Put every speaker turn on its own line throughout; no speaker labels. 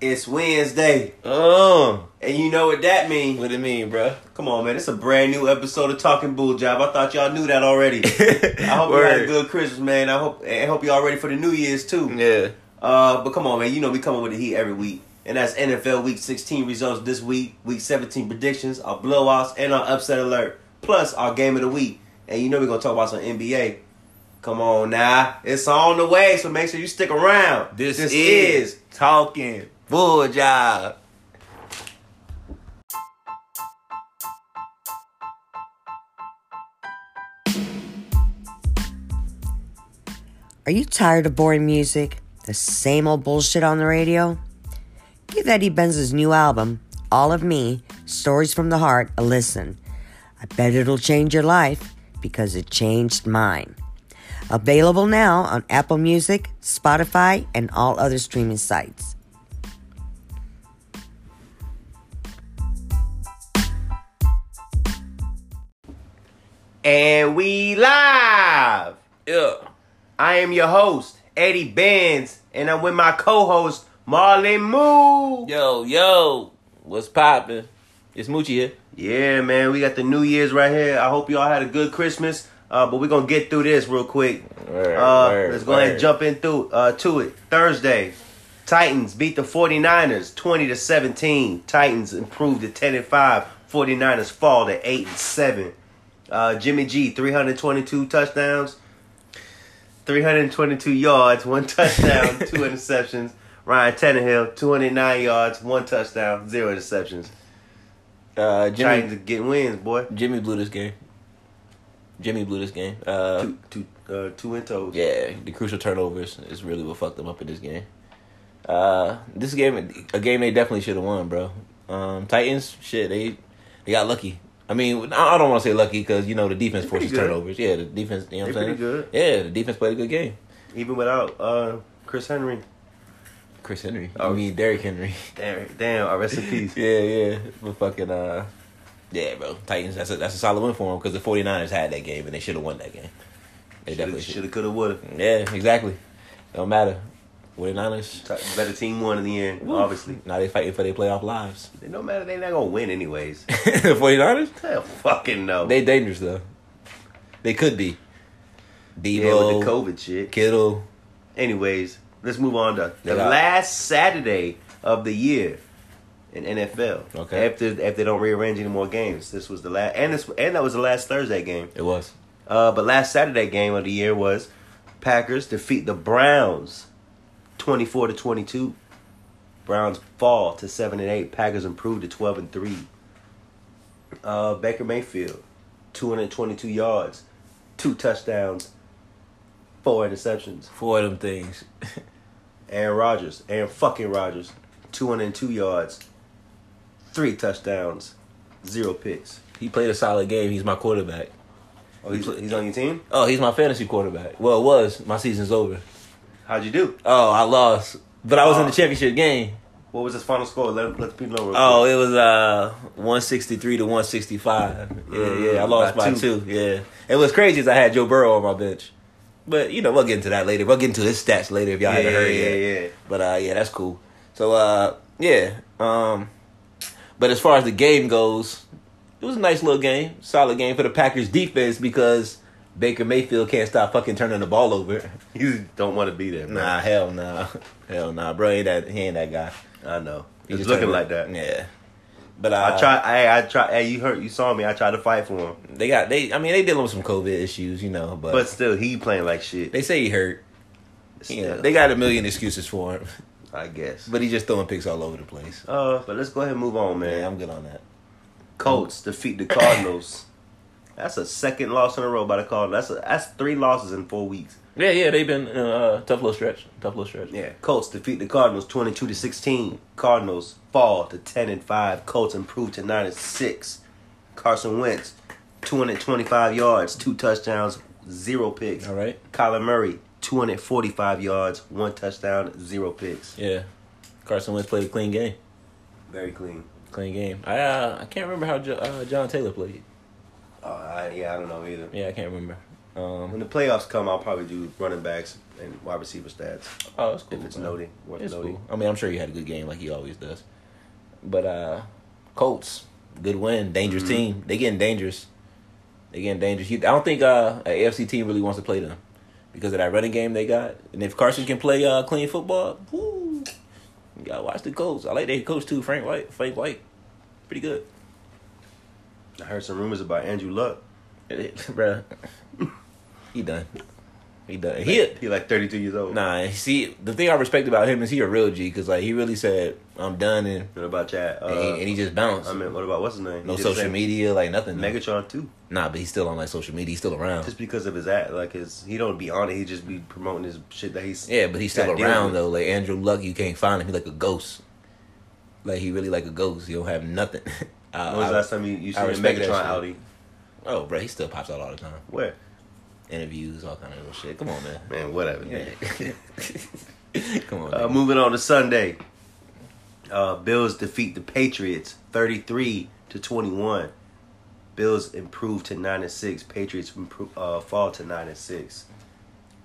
It's Wednesday,
Um,
and you know what that means.
what it mean, bro?
Come on, man. It's a brand new episode of Talking Bull Job. I thought y'all knew that already. I hope you had a good Christmas, man. I hope and hope y'all ready for the New Year's too.
Yeah,
Uh, but come on, man. You know we coming with the heat every week, and that's NFL Week 16 results this week, Week 17 predictions, our blowouts, and our upset alert, plus our game of the week. And you know we're gonna talk about some NBA. Come on now, it's on the way, so make sure you stick around.
This is
talking bull job.
Are you tired of boring music? The same old bullshit on the radio? Give Eddie Benz's new album, All of Me Stories from the Heart, a listen. I bet it'll change your life because it changed mine. Available now on Apple Music, Spotify, and all other streaming sites.
And we live.
yeah.
I am your host, Eddie Benz, and I'm with my co-host, Marlon Moo.
Yo, yo, what's poppin'? It's Moochie here.
Yeah, man, we got the New Year's right here. I hope y'all had a good Christmas. Uh, but we're gonna get through this real quick.
Word,
uh,
word,
let's go ahead and
word.
jump in through uh, to it. Thursday, Titans beat the 49ers 20 to 17. Titans improved to 10 and 5. 49ers fall to 8 and 7. Uh, Jimmy G 322 touchdowns, 322 yards, one touchdown, two interceptions. Ryan Tannehill 209 yards, one touchdown, zero interceptions.
Uh, Jimmy,
Titans getting wins, boy.
Jimmy blew this game. Jimmy blew this game. Uh,
two, two, uh, two in toes.
yeah, the crucial turnovers is really what fucked them up in this game. Uh, this game, a game they definitely should have won, bro. Um, Titans, shit, they they got lucky. I mean, I I don't want to say lucky because you know the defense
pretty
forces
good.
turnovers. Yeah, the defense. You know what
They
I'm saying?
pretty good.
Yeah, the defense played a good game.
Even without uh, Chris Henry.
Chris Henry.
Oh.
I mean Derrick Henry.
Damn, damn. I rest in peace.
yeah, yeah. But fucking uh yeah, bro. Titans that's a that's a solid win for them because the 49ers had that game and they should have won that game. They
Shoulda-
definitely should.
Shoulda, coulda, woulda.
Yeah, exactly. Don't matter. 49ers.
Ti- Better team won in the end, obviously.
Now they fighting for their playoff lives.
It No matter, they not gonna win anyways.
the 49ers?
Hell, fucking no.
They dangerous though. They could be. Debo,
yeah, with the COVID shit.
Kittle.
Anyways, let's move on to the
They got-
last Saturday of the year in NFL.
Okay.
After if they don't rearrange any more games, this was the last, and this and that was the last Thursday game.
It was.
Uh, but last Saturday game of the year was Packers defeat the Browns, twenty four to twenty two. Browns fall to seven and eight. Packers improve to twelve and three. Uh, Baker Mayfield, two hundred twenty two yards, two touchdowns, four interceptions.
Four of them things.
Aaron Rodgers, Aaron fucking Rodgers, two hundred two yards, three touchdowns, zero picks.
he played a solid game. He's my quarterback.
Oh, he's, he's on your team.
Oh, he's my fantasy quarterback. Well, it was. My season's over.
How'd you do?
Oh, I lost. But I was in
Oh.
the championship game.
What was his final score? Let let the people know. Real
Oh,
quick.
it was uh one sixty three to one sixty five. Yeah,
Mm,
yeah. I lost
by
by
two.
two. Yeah. And what's crazy is I had Joe Burrow on my bench. But you know, we'll get into that later. We'll get into his stats later if y'all
yeah,
haven't heard
yeah,
yet.
yeah, yeah.
But uh yeah, that's cool. So uh yeah. Um but as far as the game goes, it was a nice little game. Solid game for the Packers defense because Baker Mayfield can't stop fucking turning the ball over.
You don't want to be there, man.
Nah, hell nah. Hell nah, bro. Ain't that he ain't that guy.
I know.
He
He's
just
looking
turned-
like that.
Yeah. But uh,
I try. I, I try. Hey, you heard. You saw me. I tried to fight for him,
They got they. I mean, they dealing with some COVID issues, you know. But,
but still, he playing like shit.
they say he hurt. You know,
Still,
they got a million excuses for him,
I guess. But
but he just throwing picks all over the place.
uh, but let's go ahead and move on, man.
Yeah, I'm good on that.
Colts defeat the Cardinals. That's a second loss in a row by the Cardinals. That's a, that's three losses in four weeks.
Yeah, yeah, they've been uh, tough little stretch. Tough little stretch.
Yeah, Colts defeat the Cardinals twenty two to sixteen. Cardinals fall to ten and five. Colts improve to nine and six. Carson Wentz, two hundred twenty five yards, two touchdowns, zero picks.
All right.
Kyler Murray, two hundred forty five yards, one touchdown, zero picks.
Yeah. Carson Wentz played a clean game.
Very clean.
Clean game. I uh, I can't remember how jo- uh, John Taylor played.
Uh, I, yeah, I don't know either.
Yeah, I can't remember. Um,
When the playoffs come, I'll probably do running backs and wide receiver stats
oh, it's cool.
if it's
man.
noted. Worth
It's
noting.
cool. I mean, I'm sure he had a good game like he always does. But uh Colts, good win, dangerous team. They getting dangerous. They getting dangerous. You- I don't think uh an AFC team really wants to play them because of that running game they got. And if Carson can play uh clean football, woo, you gotta watch the Colts. I like their coach too, Frank White. Frank White, pretty good.
I heard some rumors about Andrew Luck.
Bruh. he done. He done. He
He like 32 years old.
nah. See, the thing I respect about him is he a real G because like he really said I'm done and
What about Chad? Uh,
and, he, and he just bounced.
I mean, what about what's his name?
no
He just
social
said
media, like nothing.
Megatron too.
nah, but he's still on like social media. He's still around.
Just because of his act, like his, he don't be on it. He just be promoting his shit that he's.
yeah, but he's still
got deals
around
with.
though. Like Andrew Luck, you can't find him. He's like a ghost. Like he really like a ghost. He don't have nothing. I-
When was
I-
the last time you, you seen
I
a
respect that
Megatron
shit.
outie?
oh, bro, he still pops out all the time.
Where?
Interviews, all kind of little shit. Come on, man.
Man, whatever. man.
Yeah. Come on.
Uh,
man.
moving on to Sunday. Uh, Bills defeat the Patriots 33 to 21. Bills improve to 9 and 6. Patriots improve, uh, fall to 9 and 6.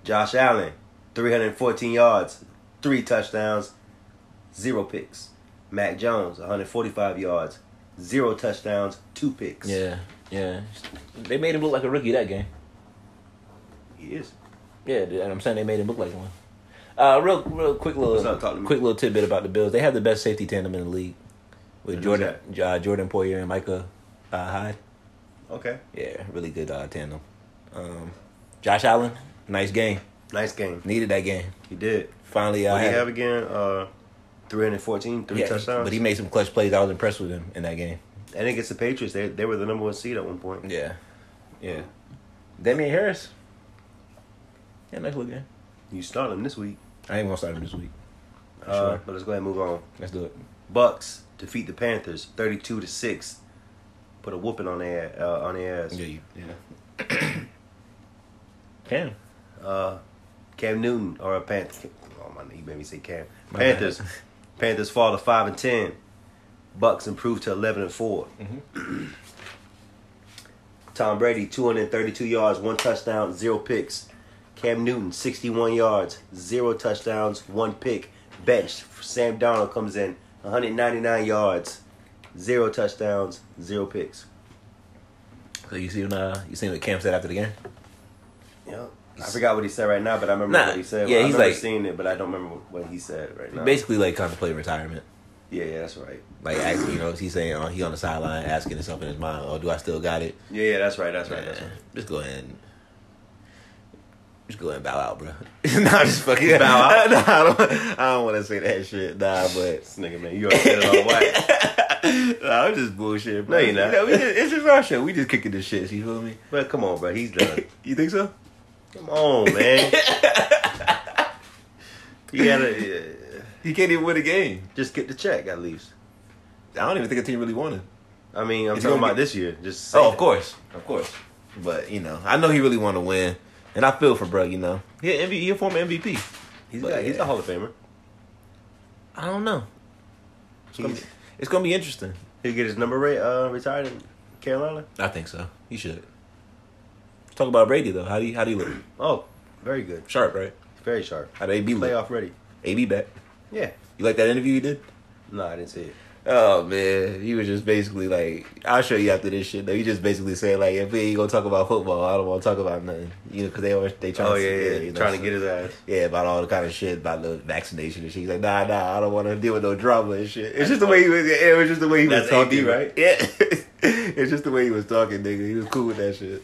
Josh Allen, 314 yards, 3 touchdowns, 0 picks. Mac Jones, 145 yards, 0 touchdowns, 2 picks.
yeah, yeah. They made him look like a rookie that game.
He is.
Yeah, dude, and I'm saying they made him look like one. Uh, real, real quick little,
What's up? Talk to me.
quick little tidbit about the Bills. They have the best safety tandem in the league with
Who's
Jordan, uh, Jordan Poyer and Micah uh, Hyde.
Okay.
Yeah, really good uh, tandem. Um, Josh Allen, nice game.
Nice game.
Needed that game.
He did.
Finally, I
What do you
had-
have again? Uh, 314, 3
yeah,
touchdowns.
But he made some clutch plays. I was impressed with him in that game.
And against the Patriots, they they were the number one seed at one point.
Yeah, yeah. Damian Harris. Yeah, nice little game.
You start them this week.
I ain't gonna start him this week. For
Uh,
sure.
But let's go ahead and move on.
Let's do it.
Bucks defeat the Panthers, thirty-two to six. Put a whooping on their uh, on their ass.
you, yeah. Cam.
Uh, Cam Newton or a Panther. Oh my, you made me say Cam.
My bad.
Panthers. Panthers fall to five and ten. Bucks improve to eleven and 4
Mm-hmm.
Tom Brady, two hundred thirty-two yards, one touchdown, zero picks. Cam Newton, sixty-one yards, zero touchdowns, one pick. Benched. Sam Donald comes in, one hundred ninety-nine yards, zero touchdowns, zero picks.
So you seen uh you seen what Cam said after the game?
Yeah. I forgot what he said right now, but I remember
Nah,
what he said.
yeah,
I
he's
remember
like-
seeing it, but I don't remember what he said right now.
Basically like contemplating retirement.
Yeah, yeah, that's right.
Like asking, you know, he's saying oh, he on the sideline asking himself in his mind, Oh, do I still got it?
Yeah, yeah, that's right. That's right. That's
Nah,
right.
Just go ahead and just go ahead and bow out, bro. nah, I'm just fucking
Bow out?
nah, I don't, I don't wanna say that shit. Nah, but
This nigga, man, you already said it all white.
nah, I'm just bullshit, bro.
No, you're not.
You know, we just, it's just our show. We just kicking the shit, you feel me?
But come on, bro, he's done.
You think so?
Come on, man. you gotta uh,
He can't even win a game.
just get the check at least.
I don't even think a team really won it.
I mean, I'm
It's
talking
gonna
about
be-
this year. Just say
Oh, of
that.
course, of course. But you know, I know he really want to win, and I feel for bro. You know, he a, MV, he a former MVP.
He's,
But,
got, he's
yeah.
a Hall of Famer.
I don't know. It's gonna, be,
He's-
it's gonna be interesting.
He'll get his number rate, uh, retired in Carolina.
I think so. He should. Talk about Brady though. How do you how do you look?
Oh, very good,
Sharp, right?
very sharp.
How do AB look?
Playoff ready.
AB back.
Yeah.
You like that interview he did?
No, I didn't see it.
Oh man, he was just basically like, I'll show you after this shit. Though he just basically said like, if we ain't gonna talk about football, I don't want to talk about nothing. You know, because they always they trying
Oh
to
yeah, yeah.
you know,
Trying
so-
to get his ass.
Yeah, about all the kind of shit about the vaccination and shit. He's like, nah, nah, I don't want to deal with no drama and shit. It's just the way he was. It was just the way he was
That's
talking,
AB, right?
Yeah, it's just the way he was talking, nigga. He was cool with that shit.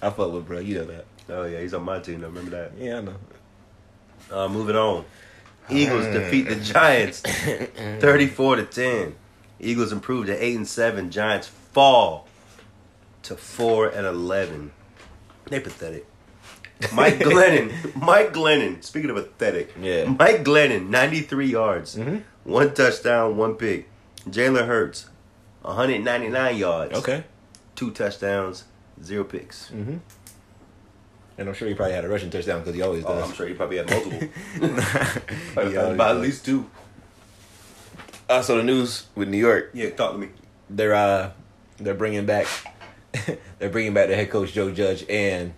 I fuck with bro. You know that.
Oh yeah, he's on my team. though. Remember that.
Yeah, I know.
Uh, moving on. Eagles defeat the Giants 34 to 10. Eagles improve to 8 and 7. Giants fall to 4 and 11. They pathetic. Mike Glennon, Mike Glennon, speaking of pathetic.
Yeah. Mm-hmm.
Mike Glennon, 93 yards, one touchdown, one pick. Jalen Hurts, 199 yards,
Okay. Mm-hmm.
two touchdowns, zero picks.
And I'm sure he probably had a rushing touchdown because he always
Oh,
does.
I'm sure he probably had multiple.
He
Probably
always
about at
does.
least two.
Uh, so the news with New York,
Yeah, talk to me.
they're uh, they're bringing back They're bringing back the head coach Joe Judge and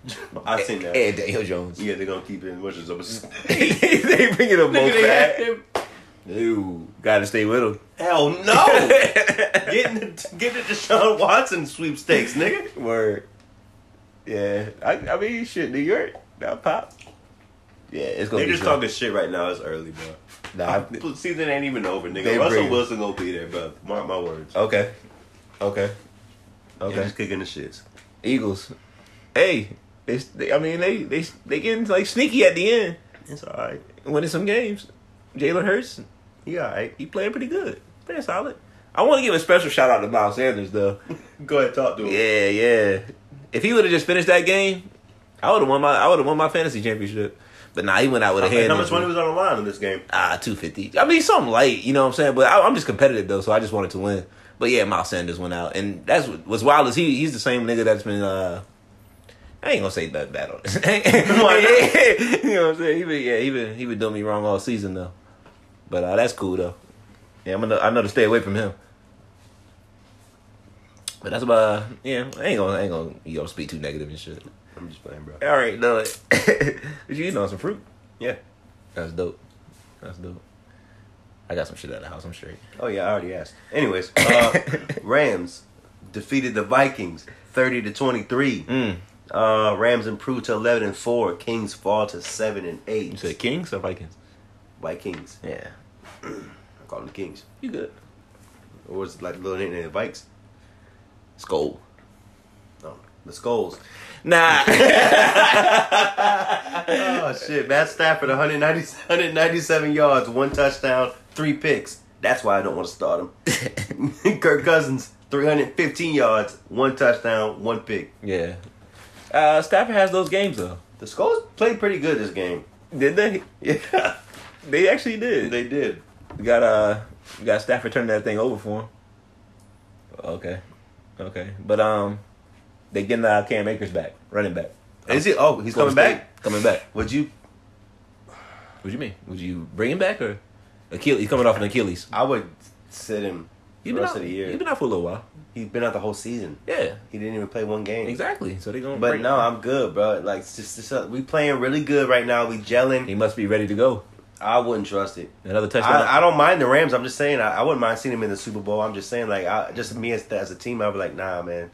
I seen that.
and Daniel Jones.
Yeah, they're gonna keep it in wishes. Hell
they bringing them both
they
back.
had
Ew, gotta stay with them.
no! getting the, getting the Deshaun Watson sweepstakes, nigga.
Word. Yeah, I, I mean, shit, New York, that pop. Yeah, it's gonna
They're
be
just
good.
talking shit right now. It's early, bro.
Nah, I-
Season ain't even over, nigga.
They
Russell
bring-
Wilson gonna be there, bro. Mark my words.
okay, okay,
Okay.
Oh, okay.
just kicking the shits.
Eagles. Hey, they, they, I mean, they they they getting like sneaky at the end,
It's alright.
winning some games. Jalen Hurts,
You alright.
he playing pretty good, playing solid. I want to give a special shout out to Miles Sanders though.
Go ahead, talk to him.
Yeah, yeah. If he would have just finished that game, I would have won my I would have won my fantasy championship. But nah, he went out with a
Okay,
hand.
how much
injury.
money was on the line in this game?
Ah, two fifty. I mean, something light. You know what I'm saying? But I, I'm just competitive though, so I just wanted to win. But yeah, Miles Sanders went out, and that's what- what's wild is he he's the same nigga that's been. uh I ain't gonna say that bad on this. you know what I'm saying? He been, yeah, he been he been doing me wrong all season though. But uh, that's cool though. Yeah, I'm gonna I know to stay away from him. But that's about yeah. I ain't gonna I ain't gonna you gonna speak too negative and shit.
I'm just playing, bro.
All right, no. but you eating on some fruit?
Yeah.
That's dope. That's dope. I got some shit out of the house. I'm straight.
Oh yeah, I already asked. Anyways, uh, Rams defeated the Vikings thirty to twenty three.
Mm.
Uh, Rams improved to eleven and four. Kings fall to seven and
You
eight.
said Kings or Vikings?
Vikings.
Yeah.
I call them Kings.
You good?
Or was it like little nickname the Vikes?
Skull.
No, the Skulls.
Nah.
Oh shit! Matt Stafford 190, 197 yards, one touchdown, three picks. That's why I don't want to start him. Kirk Cousins 315 yards, one touchdown, one pick.
yeah. Uh, Stafford has those games though.
The Skulls played pretty good this game.
Did they? Yeah. They actually did.
They did.
We got uh we got Stafford turning that thing over for him. Okay. Okay. But um they getting uh, Cam Akers back, running back.
Is he? Oh, he's coming
Florida
back.
State, Coming back.
Would you?
What you mean? Would you bring him back or Achilles? He's coming off an Achilles.
I would sit him the
You've been
rest
out,
of the year.
You've been out for a little while.
he's been out the whole season.
Yeah.
He didn't even play one game.
Exactly. So they gonna.
But
bring-
no, I'm good, bro. Like, it's just, it's uh we playing really good right now. We
he
gelling.
must be ready to go.
I wouldn't trust it.
Another touchdown.
I, I don't mind the Rams. I'm just saying I, I wouldn't mind seeing him in the Super Bowl. I'm just saying like I just me as, as a team I'd be like nah man,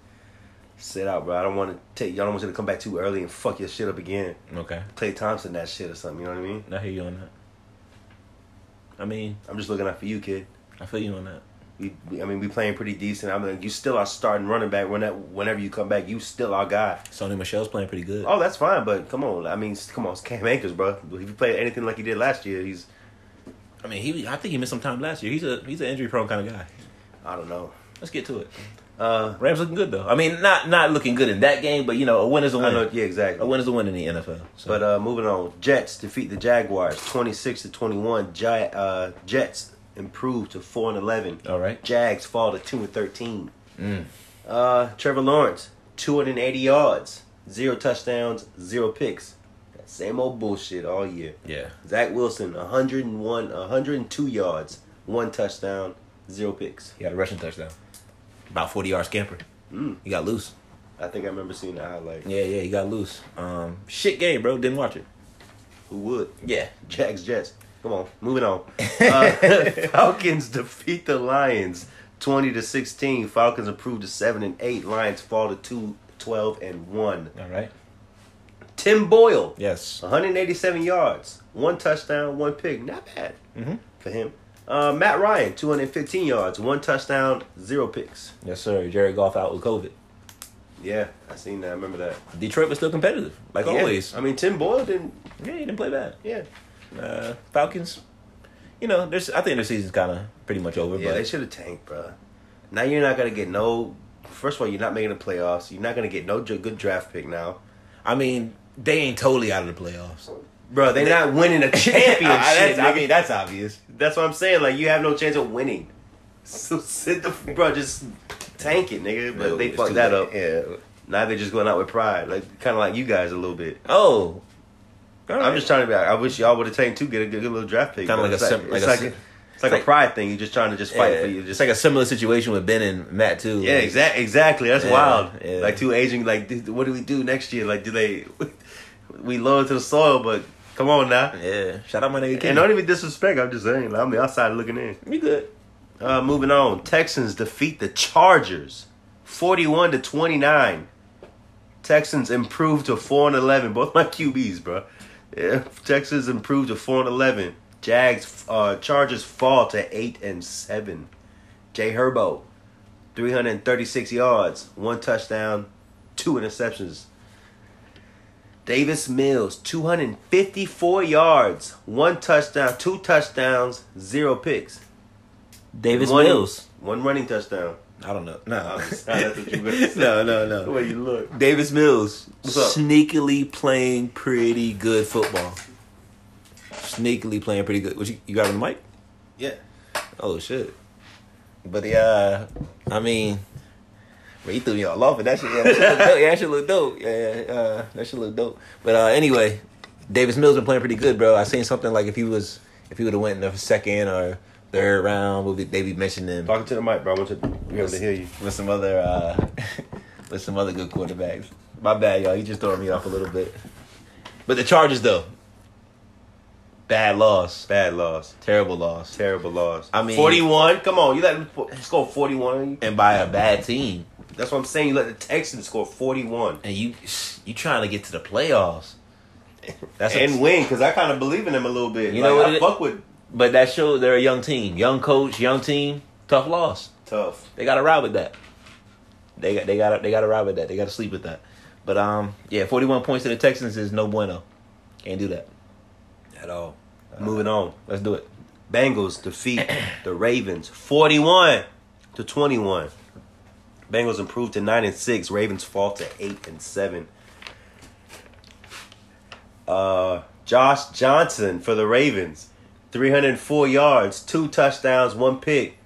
sit out bro. I don't want to take y'all don't want you to come back too early and fuck your shit up again.
okay,
Clay Thompson that shit or something. You know what I mean?
I hear you on that. I mean,
I'm just looking out for you, kid.
I feel you on that.
We, we- I mean, we playing pretty decent. I mean, you still are starting running back. When that, whenever you come back, you still our guy.
Sony Michelle's playing pretty good.
Oh, that's fine, but come on. I mean, come on, it's Cam Akers, bro. If you play anything like he did last year, he's
I mean, he. I think he missed some time last year. He's a he's an injury prone kind of guy.
I don't know.
Let's get to it.
Uh,
Rams looking good though. I mean, not not looking good in that game, but you know, a win is a
I
win.
know, yeah,
A
exactly.
win is a win in the NFL. So.
But uh, moving on, Jets defeat the Jaguars, twenty six to twenty one. Gi- uh, Jets improve to four and eleven.
all right, Mm.
Jags fall to two and thirteen. Uh, Trevor Lawrence, two hundred and eighty yards, zero touchdowns, zero picks. That same old bullshit all year.
yeah,
Zach Wilson, 101, 102 yards, one touchdown, zero picks.
he got a rushing touchdown, about forty yards scamper.
Mm.
He got loose.
I think I remember seeing the highlight.
Yeah, yeah, he got loose. Um, shit game, bro. Didn't watch it.
Who would?
Yeah,
Jags, Jets. Come on, moving on. Uh, Falcons defeat the Lions, 20 to 16. Falcons improved to 7 and 8. Lions fall to 2, 12 and 1.
all right.
Tim Boyle,
Yes.
187 yards, one touchdown, one pick. Not bad
Mhm.
for him. Uh, Matt Ryan, 215 yards, one touchdown, zero picks.
Yes, sir. Jared Goff out with COVID.
Yeah, I seen that. I remember that.
Detroit was still competitive, like
Yeah. Um,
always.
I mean, Tim Boyle didn't.
Yeah, he didn't play bad.
Yeah,
Uh, Falcons, you know, there's. I think their season's kind of pretty much over.
yeah,
but
they should have tanked, bro. Now you're not gonna get no. First of all, you're not making the playoffs. You're not gonna get no ju- good draft pick now,
I mean, they ain't totally out of the playoffs.
bro. They're not winning a championship.
that's, I
nigga.
mean, that's obvious.
that's what I'm saying. Like you have no chance of winning. So sit the bro, just tank it, nigga. But
No,
they
it's
fucked
too
that
late.
up. Yeah. Now they're just going out with pride, like kind of like you guys a little bit.
Oh,
I'm just trying to be. like, I wish y'all would have taken two, get a good, good little draft pick.
Kinda
bro.
like a
It's
sim- like
it's
a
like
sim-
it's It's like,
It's like-
a pride thing. You're just trying to just fight for you.
It's
Just
like a similar situation with Ben and Matt too.
yeah,
Like,
exactly. Exactly. That's
Yeah,
wild.
yeah.
Like two aging. Like, dude, what do we do next year? Like, do they? We lower to the soil, but come on now.
Yeah. Shout out my nigga.
And
Kenny.
don't even disrespect. I'm just saying. Like, I'm the outside looking in.
You good?
Uh, moving on. Texans defeat the Chargers, forty-one to twenty-nine. Texans improved to four and eleven. Both my QBs, bro. Yeah, Texans improved to four and eleven. Jags, uh, Chargers fall to eight and seven. Jay Herbo, three hundred and thirty-six yards, one touchdown, two interceptions. Davis Mills, two hundred and fifty-four yards, one touchdown, two touchdowns, zero picks.
Davis
One-
Mills.
One running touchdown.
I don't know. No.
that's what you gonna say.
no, no, no.
way you look.
Davis Mills
What's up?
sneakily playing pretty good football. Sneakily playing pretty good. What you, you got on the mic?
Yeah.
Oh shit. But yeah, I mean, bro, you threw me all off, but that shit, yeah, that shit look dope. Yeah, that shit look dope. Yeah, yeah, uh, that shit look dope. But uh, anyway, Davis Mills been playing pretty good, bro. I seen something like if he was, if he would have went in the second or third round, would be, they be mentioning him
Talking to the mic, bro. I want to be able to hear you.
with some other, uh, with some other good quarterbacks. My bad, y'all. You just throwing me off a little bit. But the Chargers though, bad loss,
Bad loss.
terrible loss,
Terrible loss.
I mean-
41. Come on. You let them fo- score 41.
and by a bad team.
That's what I'm saying. You let the Texans score 41
and you you trying to get to the playoffs. That's a-
and win because I kind of believe in them a little bit.
You
Like,
know what
I
it-
fuck with
but that shows they're a young team, young coach, young team. Tough loss.
tough.
They got to ride with that. They got they got they got to ride with that. They got to sleep with that. But um, yeah, forty one points to the Texans is no bueno. Can't do that.
At all. Moving on.
Let's do it.
Bengals defeat the Ravens 41 to 21. Bengals improved to 9 and 6, Ravens fall to 8 and 7. Uh Josh Johnson for the Ravens, 304 yards, two touchdowns, one pick.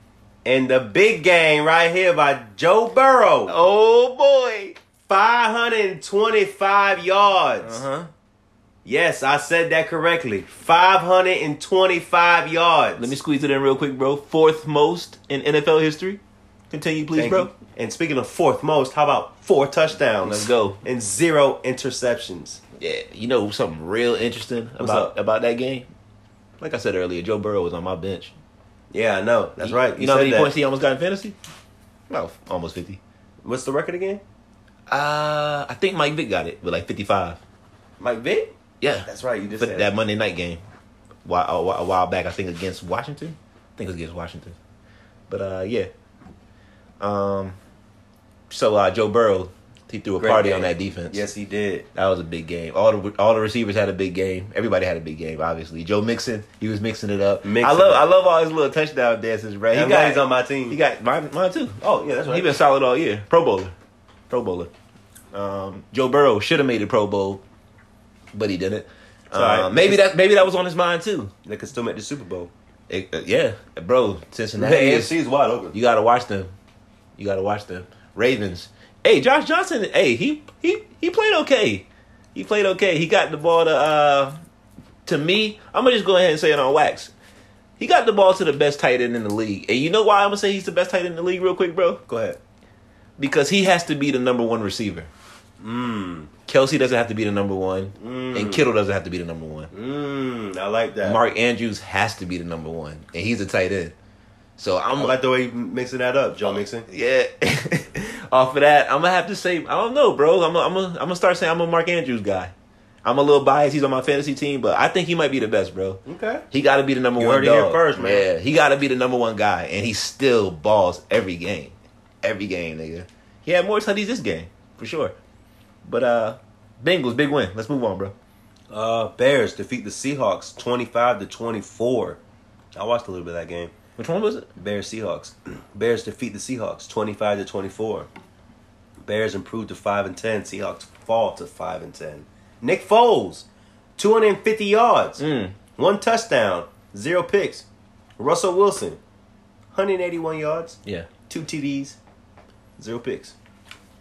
And the big game right here by Joe Burrow.
Oh boy.
525 yards.
Uh huh.
Yes, I said that correctly. 525 yards.
Let me squeeze it in real quick, bro. Fourth most in NFL history. Continue, please,
Thank
bro.
you. And speaking of fourth most, how about four touchdowns?
Let's go.
And zero interceptions.
Yeah, you know something real interesting
up?
about about that game. Like I said earlier, Joe Burrow was on my bench.
Yeah, I know. That's right.
You, know how
said
many
that.
points he almost got in fantasy? Well, f- almost fifty.
What's the record again?
Uh, I think Mike Vick got it with like fifty-five.
Mike Vick?
Yeah,
That's right. You just
But
said
that Monday night game, while a while- a while back, I think against Washington. I think it was against Washington. But uh, yeah. Um, so uh, Joe Burrow, he threw a
Great
party
game.
on that defense.
Yes, he did.
That was a big game. All the all the receivers had a big game. Everybody had a big game. Obviously, Joe Mixon, he was mixing it up.
Mixing
I love
it
I
up.
love all his little touchdown dances, bro. He
I'm glad
got
he's on my team.
He got mine, mine too.
Oh, yeah, that's right.
He been solid all year. Pro bowler, pro bowler. Um, Joe Burrow should have made it Pro Bowl, but he didn't. Um,
Sorry.
Maybe that maybe that was on his mind too.
They could still make the Super Bowl.
It- uh, yeah, bro. Cincinnati,
The
is,
AFC is wide open.
you gotta watch them. You gotta watch them. Ravens. Hey, Josh Johnson. Hey, he he he played okay. He played okay. He got the ball to uh to me. I'm gonna just go ahead and say it on wax. He got the ball to the best tight end in the league, and you know why I'm gonna say he's the best tight end in the league, real quick, bro
Go ahead.
because he has to be the number one receiver. Kelsey doesn't have to be the number one, and Kittle doesn't have to be the number one.
Mmm, I like that.
Mark Andrews has to be the number one, and he's a tight end. So
I
I'm like,
like the way you mixing that up, Joe Mixon.
yeah. Off of that, I'm gonna have to say I don't know, bro. I'm gonna I'm gonna- I'm gonna start saying I'm a Mark Andrews guy. I'm a little biased. He's on my fantasy team, but I think he might be the best, bro.
Okay.
He got to be the number
You
one.
heard it here
dog.
first, man.
Yeah, he got to be the number one guy, and he still balls every game, every game, nigga. He had more tutties this game for sure. But uh, Bengals big win. Let's move on, bro.
Uh, Bears defeat the Seahawks 25 to 24. I watched a little bit of that game.
Which one was it?
Bears Seahawks. Bears defeat the Seahawks 25 to 24. Bears improved to 5 and 10. Seahawks fall to 5 and 10. Nick Foles 250 yards.
Mm.
One touchdown, zero picks. Russell Wilson 181 yards,
Yeah,
2 TDs, zero picks.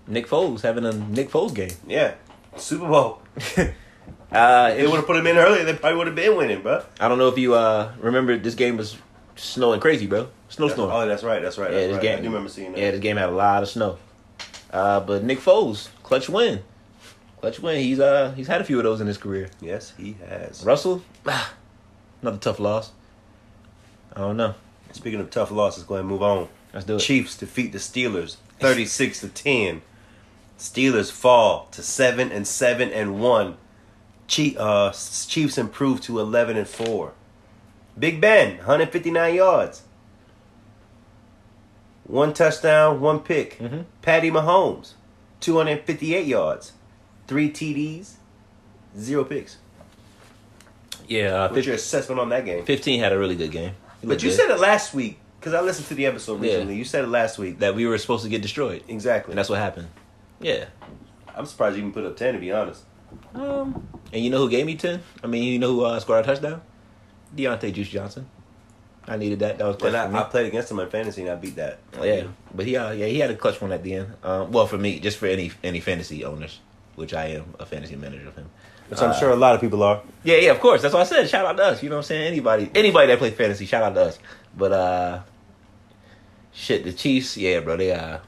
Nick Foles having a Nick Foles game.
Yeah. Super Bowl.
Uh,
They would have put him in earlier. They probably would have been winning, bro.
I don't know if you uh remember this game was snowing crazy, bro. Snowstorm.
Oh, that's right. That's right.
yeah,
That's
this
right.
game.
I do remember seeing that.
Yeah, this game had a lot of snow. Uh, but Nick Foles, clutch win, clutch win. He's uh he's had a few of those in his career.
Yes, he has.
Russell, ah, another tough loss. I don't know.
Speaking of tough losses, go ahead and move on.
Let's do it.
Chiefs defeat the Steelers 36 to 10. Steelers fall to 7 and 7 and 1. Chief, uh, Chiefs improve to 11 and 4. Big Ben, 159 yards. One touchdown, one pick.
Mhm.
Patty Mahomes, 258 yards. Three TDs, zero picks.
Yeah, uh,
What's
15,
your assessment on that game?
had a really good game. He
But
looked
you
good.
said it last week, because I listened to the episode
Yeah.
recently. You said it last week.
that we were supposed to get destroyed,
Exactly.
and that's what happened. Yeah.
I'm surprised you even put up ten to be honest.
Um, and you know who gave me ten? I mean, you know who uh, scored a touchdown? Deontay Juice Johnson. I needed that. That was clutch
And
for me.
I, I played against him in fantasy and I beat that.
Yeah, but he uh, yeah he had a clutch one at the end. Um, well, for me, just for any any fantasy owners, which I am a fantasy manager of him.
Which I'm sure a lot of people are.
Yeah, yeah, of course. That's what I said. Shout out to us. You know what I'm saying? Anybody anybody that plays fantasy, shout out to us. But uh, shit, the Chiefs, yeah, bro, they uh,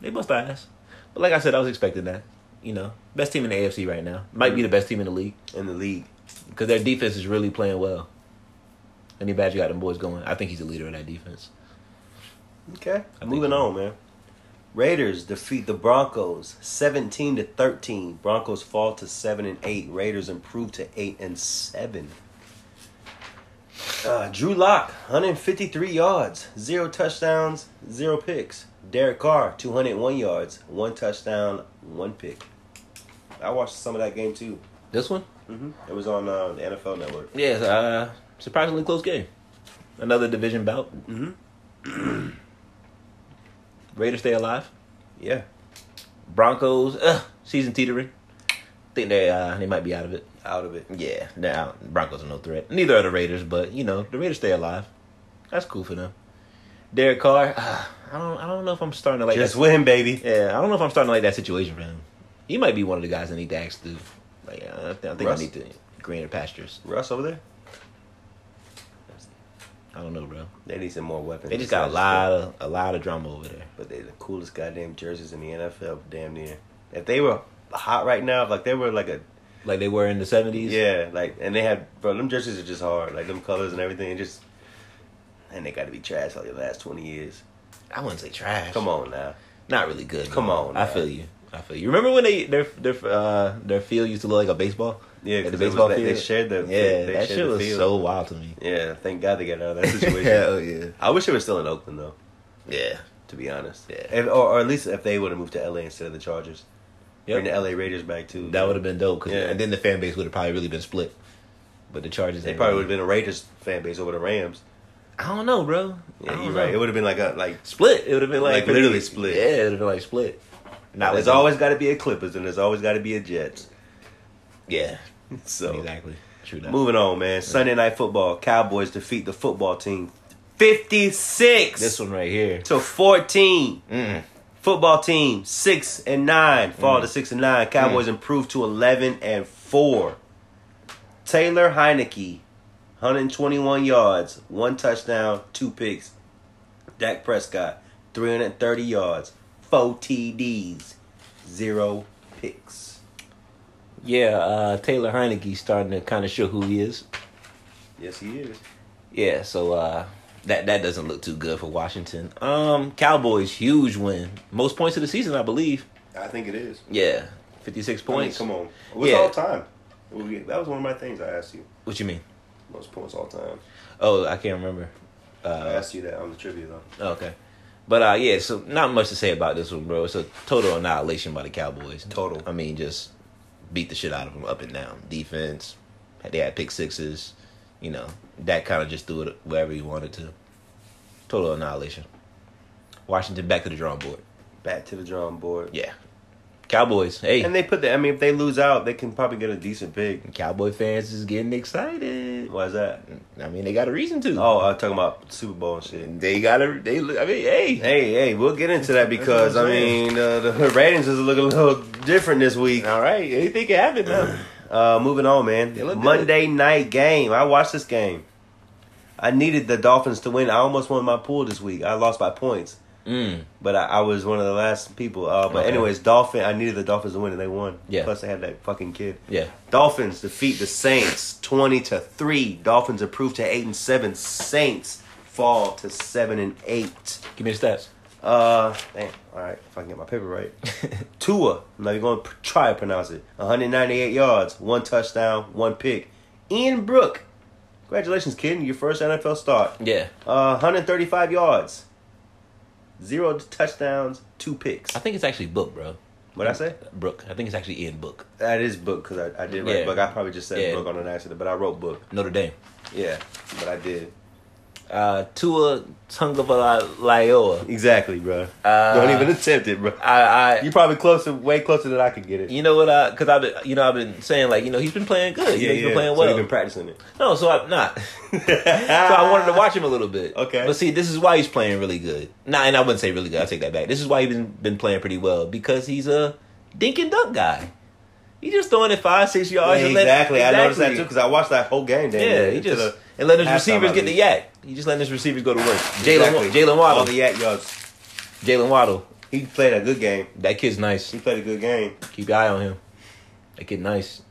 they bust ass. But like I said, I was expecting that. You know, best team in the AFC right now. Might be the best team in the league
In the league.
because their defense is really playing well. Any badge got them boys going. I think he's the leader of that defense.
Okay.
I think
Moving
so.
on, man. Raiders defeat the Broncos seventeen to thirteen. Broncos fall to seven and eight. Raiders improve to eight and seven. Uh, Drew Lock, 153 yards, zero touchdowns, zero picks. Derek Carr, 201 yards, one touchdown, one pick. I watched some of that game too.
This one.
hmm It was on uh, the NFL Network.
Yeah, it's, uh, surprisingly close game. Another division bout.
Mm-hmm.
Raiders stay alive.
Yeah,
Broncos, ugh, season teetering. Think they uh, they might be out of it.
out of it.
Yeah, they're out. Broncos are no threat. Neither are the Raiders, but you know the Raiders stay alive. That's cool for them. Derek Carr, uh, I don't I don't know if I'm starting to like.
Just
That,
win, baby.
yeah, I don't know if I'm starting to like that situation for him. He might be one of the guys I need to ask to. Like, uh, I think, I, think I
Russ?
need to greener pastures.
Russ over there.
I don't know, bro.
They need some more weapons.
They just got a
besides
lot
that.
of a lot of drama over there.
but they the coolest goddamn jerseys in the NFL, damn near. If they were hot right now, if, like they were like a
Like they were in the seventies.
yeah, like and they had bro, them jerseys are just hard, like them colors and everything, and just and they got to be trash like the last twenty years.
I wouldn't say trash.
Come on now,
not really good.
Come on,
I
man.
feel you. I feel you. Remember when they their their uh their field used to look like a baseball?
yeah,
Like
because they, they shared the
yeah.
they
that
shared
shit
the
was
field.
so wild to me.
yeah. Thank God they got out of that situation.
Hell yeah,
I wish it was still in Oakland though.
yeah.
to be honest.
Yeah.
If, or, or at least if they would have moved to LA instead of the Chargers.
Yep.
Bring the LA Raiders back too.
That would have been dope. 'cause-
Yeah.
and then the fan base would have probably really been split. But the Chargers,
They
ain't
probably would
really-
have been a Raiders fan base over the Rams.
I don't know, bro. I
Yeah,
don't
you're
know.
right. It would have been like a like.
split. It would have been like,
Like,
pretty-
literally split.
Yeah, it would have been like split. Not
there's
like-
always got to be a Clippers and there's always got to be a Jets.
yeah.
So
Exactly. True. That.
moving on, man. Sunday night football. Cowboys defeat the football team, fifty six
This one right here.
to fourteen.
Mm.
Football team six and nine fall to six and nine. Cowboys improved to eleven and four. Taylor Heineke, 121 yards, one touchdown, two picks. Dak Prescott, 330 yards, four TDs, zero picks.
Yeah, uh, Taylor Heineke starting to kind of show who he is.
Yes, he is.
Yeah, so uh, that that doesn't look too good for Washington. Um, Cowboys huge win, most points of the season, I believe.
I think it is.
Yeah, fifty six points.
come on, what's
Yeah.
all time? We- That was one of my things I asked you.
What you mean?
Most points all time.
Oh, I can't remember.
I
Uh,
asked you that on the trivia though.
okay, but uh, yeah, so not much to say about this one, bro. It's a total annihilation by the Cowboys.
Total.
I mean, just beat the shit out of them up and down. Defense, they had pick sixes. You know, that kind of just threw it wherever he wanted to. Total annihilation. Washington back to the drawing board.
Back to the drawing board.
Yeah. Cowboys. Hey.
And they put the. I mean, if they lose out, they can probably get a decent pick.
Cowboy fans is getting excited.
Why is that?
I mean, they got a reason to.
Oh, I'm talking about Super Bowl and shit.
They got a they I mean, hey.
Hey, hey, we'll get into that because I
That's what I'm saying.
mean uh, the ratings is looking a little different this week.
All right. Anything can happen now.
Uh, moving on, man.
They look good.
Monday night game. I watched this game. I needed the Dolphins to win. I almost won my pool this week. I lost by points,
Mm.
but I, I was one of the last people. Uh, but
Okay.
anyways, Dolphin. I needed the Dolphins to win, and they won.
Yeah.
Plus, they had that fucking kid.
Yeah.
Dolphins defeat the Saints twenty to three. Dolphins improved to eight and seven. Saints fall to seven and eight.
Give me the stats.
Uh, damn. All right, if I can get my paper right. Tua. I'm not even going to try to pronounce it. 198 yards, one touchdown, one pick. Ian Brook. Congratulations, kid. Your first NFL start.
Yeah.
Uh, 135 yards, zero touchdowns, two picks.
I think it's actually Book, bro.
What'd I say?
Brook. I think it's actually Ian Book.
That is book because I, I did write
Yeah.
book. I probably just said
Yeah.
book on an accident, but I wrote book.
Notre Dame.
Yeah, but I did.
Uh, Tua Tungavalaioa.
Exactly, bro.
Uh,
Don't even attempt it, bro.
I, I,
You're probably closer, way closer than I could get it.
you know what? I, cause I've been, you know, I've been saying like, you know, he's been playing good. Yeah, he's been playing
So
well.
you've been practicing it.
no, so I'm not. so I wanted to watch him a little bit.
Okay.
But see, this is why he's playing really good. Nah, and I wouldn't say really good. I take that back. This is why he's been, been playing pretty well because he's a dink and dunk guy. He just throwing it five, six
Yeah,
yards. and let-
exactly. I noticed that too because I watched that whole game. damn
Yeah,
near,
he
to
just
the
and letting his
halftime,
receivers
I
get the
believe.
yak. He just letting his receivers go to work. Jalen
Exactly.
Jalen
all
Waddle.
the yak yards.
Jalen Waddle.
He played a good game.
That kid's nice.
He played a good game.
Keep your eye on him. That kid nice.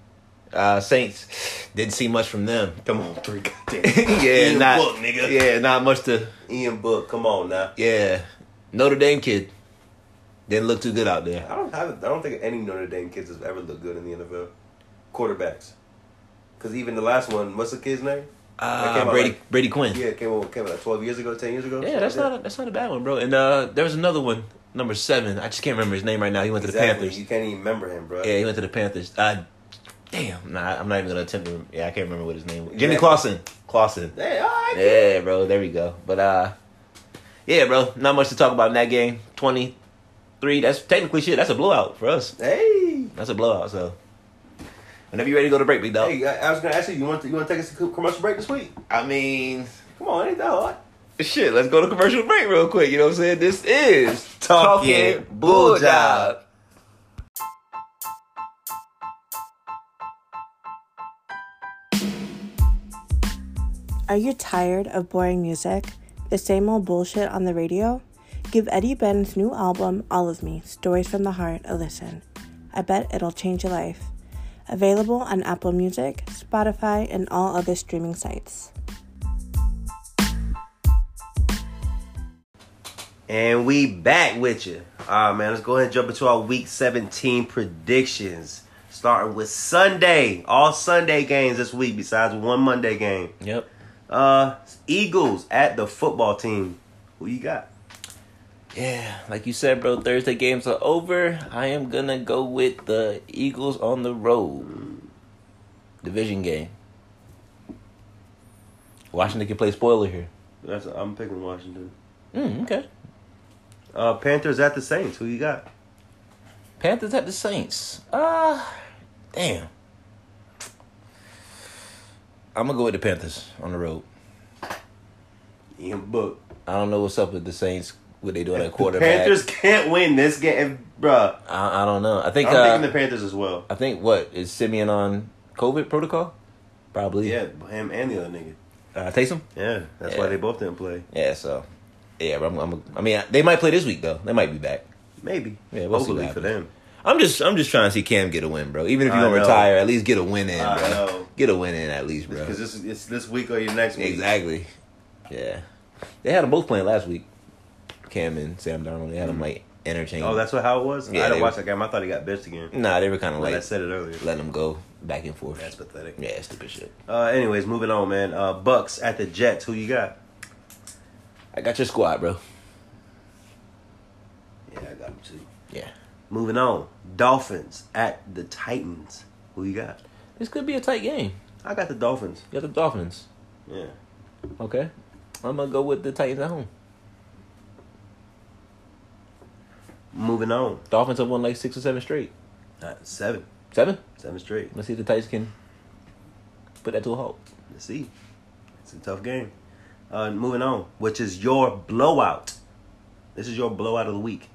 Uh, Saints didn't see much from them.
Come on, three goddamn.
yeah,
Ian
not
Book, nigga.
yeah, not much to
Ian Book, come on now.
yeah. Notre Dame kid didn't look too good out there.
I don't have. I don't think any Notre Dame kids has ever looked good in the NFL. Quarterbacks, because even the last one, what's the kid's name? That came
Uh,
out
Brady
like-
Brady Quinn.
yeah, came out came out like twelve years ago, ten years ago.
Yeah, that's
something
not a,
like
that's not a bad one, bro. And uh, there was another one, number seven. I just can't remember his name right now. He went
that.
to the
exactly.
Panthers.
You can't even remember him, bro.
Yeah, he went to the Panthers. Uh, damn, nah, I'm not even gonna attempt to. rem- Yeah, I can't remember what his name was. Jimmy
Exactly.
Clausen. Clausen.
Hey, all right.
Yeah, bro. There we go. But uh, yeah, bro. Not much to talk about in that game. Twenty three. That's technically shit. That's a blowout for us.
Hey.
That's a blowout. So whenever you're ready to go to break, big dog.
Hey, I, I was gonna ask you. You want to, you want to take us to commercial break this week?
I mean,
Come on, ain't that hard?
shit. Let's go to commercial break real quick. You know what I'm saying? This is
Talking Bull Job.
Are you tired of boring music? The same old bullshit on the radio? Give Eddie Ben's new album, All of Me Stories from the Heart, a listen. I bet it'll change your life. Available on Apple Music, Spotify, and all other streaming sites.
And we back with you. All right, man. Let's go ahead and jump into our Week 17 predictions. Starting with Sunday. All Sunday games this week, besides one Monday game.
Yep.
Uh, Eagles at the football team. Who you got?
Yeah, like you said, bro, Thursday games are over. I am gonna go with the Eagles on the road. Division game. Washington can play spoiler here.
That's I'm picking Washington.
Mm, okay.
Uh, Panthers at the Saints. Who you got?
Panthers at the Saints. Ah, damn. I'm gonna go with the Panthers on the road.
Ian Book.
I don't know what's up with the Saints. What they doing
The
at quarterback?
Panthers can't win this game, bruh.
I, I don't know. I think.
I'm
uh,
picking the Panthers as well.
I think what is Simeon on COVID protocol? Probably.
Yeah, him and the other nigga.
Uh, Taysom.
Yeah, that's why
Yeah.
they both didn't play.
Yeah, so yeah, but I'm, I'm, I mean, they might play this week though. They might be back.
Maybe.
Yeah, we'll see
Hopefully
what
for
happens.
them.
I'm just I'm just trying to see Cam get a win, bro. Even if you
I
don't
know.
retire, at least get a win in,
I
bro.
know.
Get a win in at least, bro.
Because this is it's this week or your next week.
Exactly. Yeah, they had them both playing last week. Cam and Sam Darnold. They had them like interchange.
Mm-hmm. Oh, that's what how it was. Mm,
Yeah,
I didn't
they-
watch that game. I thought he got benched again.
nah. They were kind of
Like I
like
said it earlier.
letting them go back and forth.
That's pathetic.
yeah, stupid shit.
Uh, anyways, moving on, man. Uh, Bucks at the Jets. Who you got?
I got your squad, bro.
Yeah, I got him too.
Yeah,
Moving on. Dolphins at the Titans. Who you got?
this could be a tight game.
I got the Dolphins.
You got the Dolphins.
Yeah.
Okay, I'm gonna go with the Titans at home.
Moving on.
Dolphins have won like six or seven straight.
Uh, seven.
Seven.
Seven straight.
Let's see if the Titans can put that to a halt.
Let's see. It's a tough game. Uh, moving on, which is your blowout. This is your blowout of the week.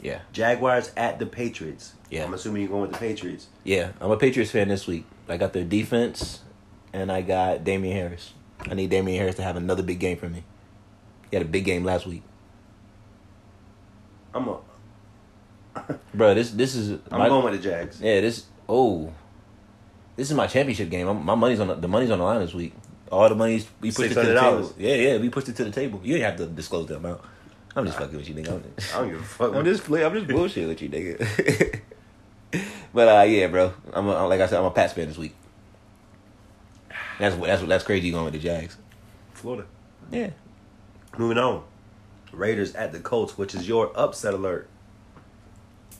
Yeah.
Jaguars at the Patriots.
Yeah.
I'm assuming you're going with the Patriots.
Yeah. I'm a Patriots fan this week. I got their defense and I got Damian Harris. I need Damian Harris to have another big game for me. He had a big game last week,
I'm a,
bro. This this is
I'm
my-
going with the Jags.
Yeah, this oh, this is my championship game. I'm, my money's on the, the money's on the line this week. All the money's we pushed it to
$600.
the table. Yeah, yeah, we pushed it to the table. You didn't have to disclose the amount. I'm just fucking with you, nigga. I'm just,
I don't give a fuck.
I'm just play, I'm just bullshit with you, nigga. but uh, yeah, bro. I'm a, like I said, I'm a Pats fan this week. That's what that's what that's crazy. You going with the Jags?
Florida.
Yeah.
Moving on. Raiders at the Colts, which is your upset alert.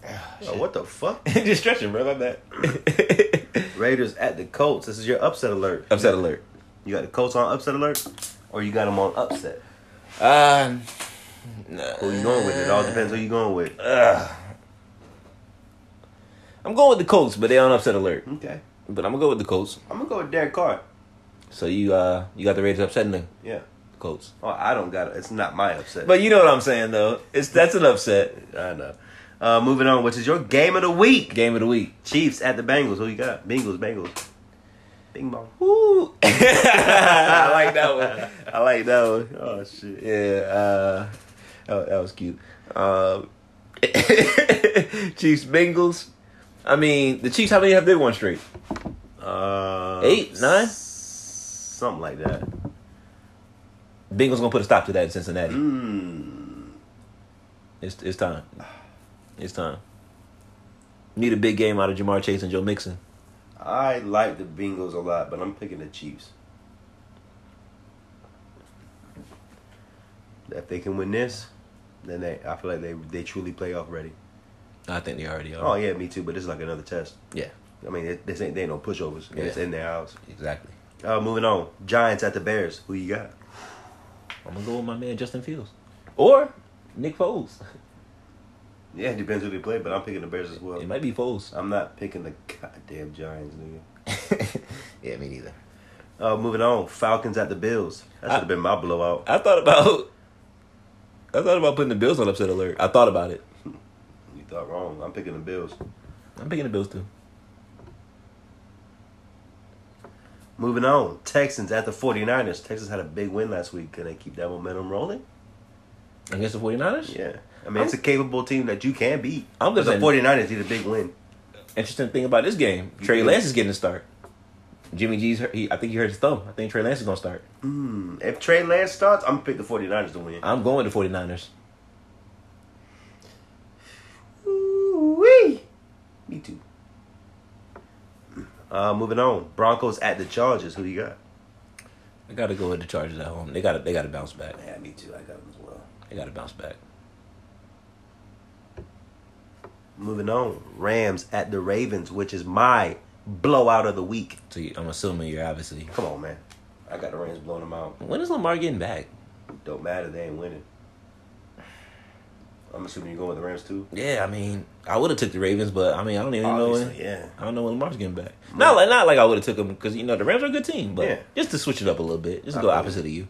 Oh, what the fuck?
just stretching, bro. My bad.
Raiders at the Colts. This is your upset alert.
Upset alert.
You got the Colts on upset alert, or you got them on upset.
Uh,
Who you going with? It all depends who you going with.
Uh, I'm going with the Colts, but they on upset alert.
Okay,
But I'm gonna go with the Colts.
I'm gonna go with Derek Carr.
So you uh you got the Raiders upsetting the
Yeah.
Colts.
Oh, I don't got it. It's not my upset.
But you know what I'm saying though. It's that's an upset.
I know. Uh, moving on, which is your game of the week.
Game of the week.
Chiefs at the Bengals. Who you got? Bengals, Bengals. Bing bong.
Woo! I like that one. I like that one.
Oh shit.
Yeah, uh that, that was cute. Um Chiefs Bengals. I mean, the Chiefs how many have they won straight?
Uh,
Eight, nine?
s- Something like that.
Bengals gonna put a stop to that in Cincinnati.
Mm.
It's it's time. It's time. Need a big game out of Jamar Chase and Joe Mixon.
I like the Bengals a lot, but I'm picking the Chiefs. If they can win this, then they I feel like they they truly playoff ready.
I think they already are.
Oh yeah, me too. But this is like another test.
yeah.
I mean, it- this ain't they ain't no pushovers. It's
Yeah.
in their house.
Exactly.
Uh, moving on, Giants at the Bears. Who you got?
I'm gonna go with my man Justin Fields or Nick Foles.
Yeah, it depends who they play, but I'm picking the Bears as well.
It might be Foles.
I'm not picking the goddamn Giants, nigga.
yeah, me neither.
Uh, moving on, Falcons at the Bills. That should have been my blowout.
I thought about. I thought about putting the Bills on upset alert. I thought about it.
You thought wrong. I'm picking the Bills.
I'm picking the Bills too.
Moving on, Texans at the 49ers. Texans had a big win last week. Can they keep that momentum rolling?
Against the 49ers?
Yeah. I mean, it's a capable team that you can beat.
I'm
But
just
the
saying-
49ers need a big win.
Interesting thing about this game, Trey Lance is getting a start. Jimmy G's, hurt- he, I think he hurt his thumb. I think Trey Lance is going to start.
Hmm. If Trey Lance starts, I'm going to pick the 49ers to win.
I'm going with the 49ers.
Ooh-wee. Me too. Uh, moving on, Broncos at the Chargers. Who you got?
I got to go with the Chargers at home. They got to they got to bounce back.
Yeah, me too. I got them as well.
They got to bounce back.
Moving on, Rams at the Ravens, which is my blowout of the week.
So you, I'm assuming you're obviously.
Come on, man. I got the Rams blowing them out.
When is Lamar getting back?
Don't matter. They ain't winning. I'm assuming you're going with the Rams too.
Yeah, I mean, I would have took the Ravens, but I mean, I don't even know. When,
Obviously, yeah.
I don't know when Lamar's getting back. Not like not like I would have took him because you know the Rams are a good team, but
Yeah.
just to switch it up a little bit, just
I
go
feel
opposite of you.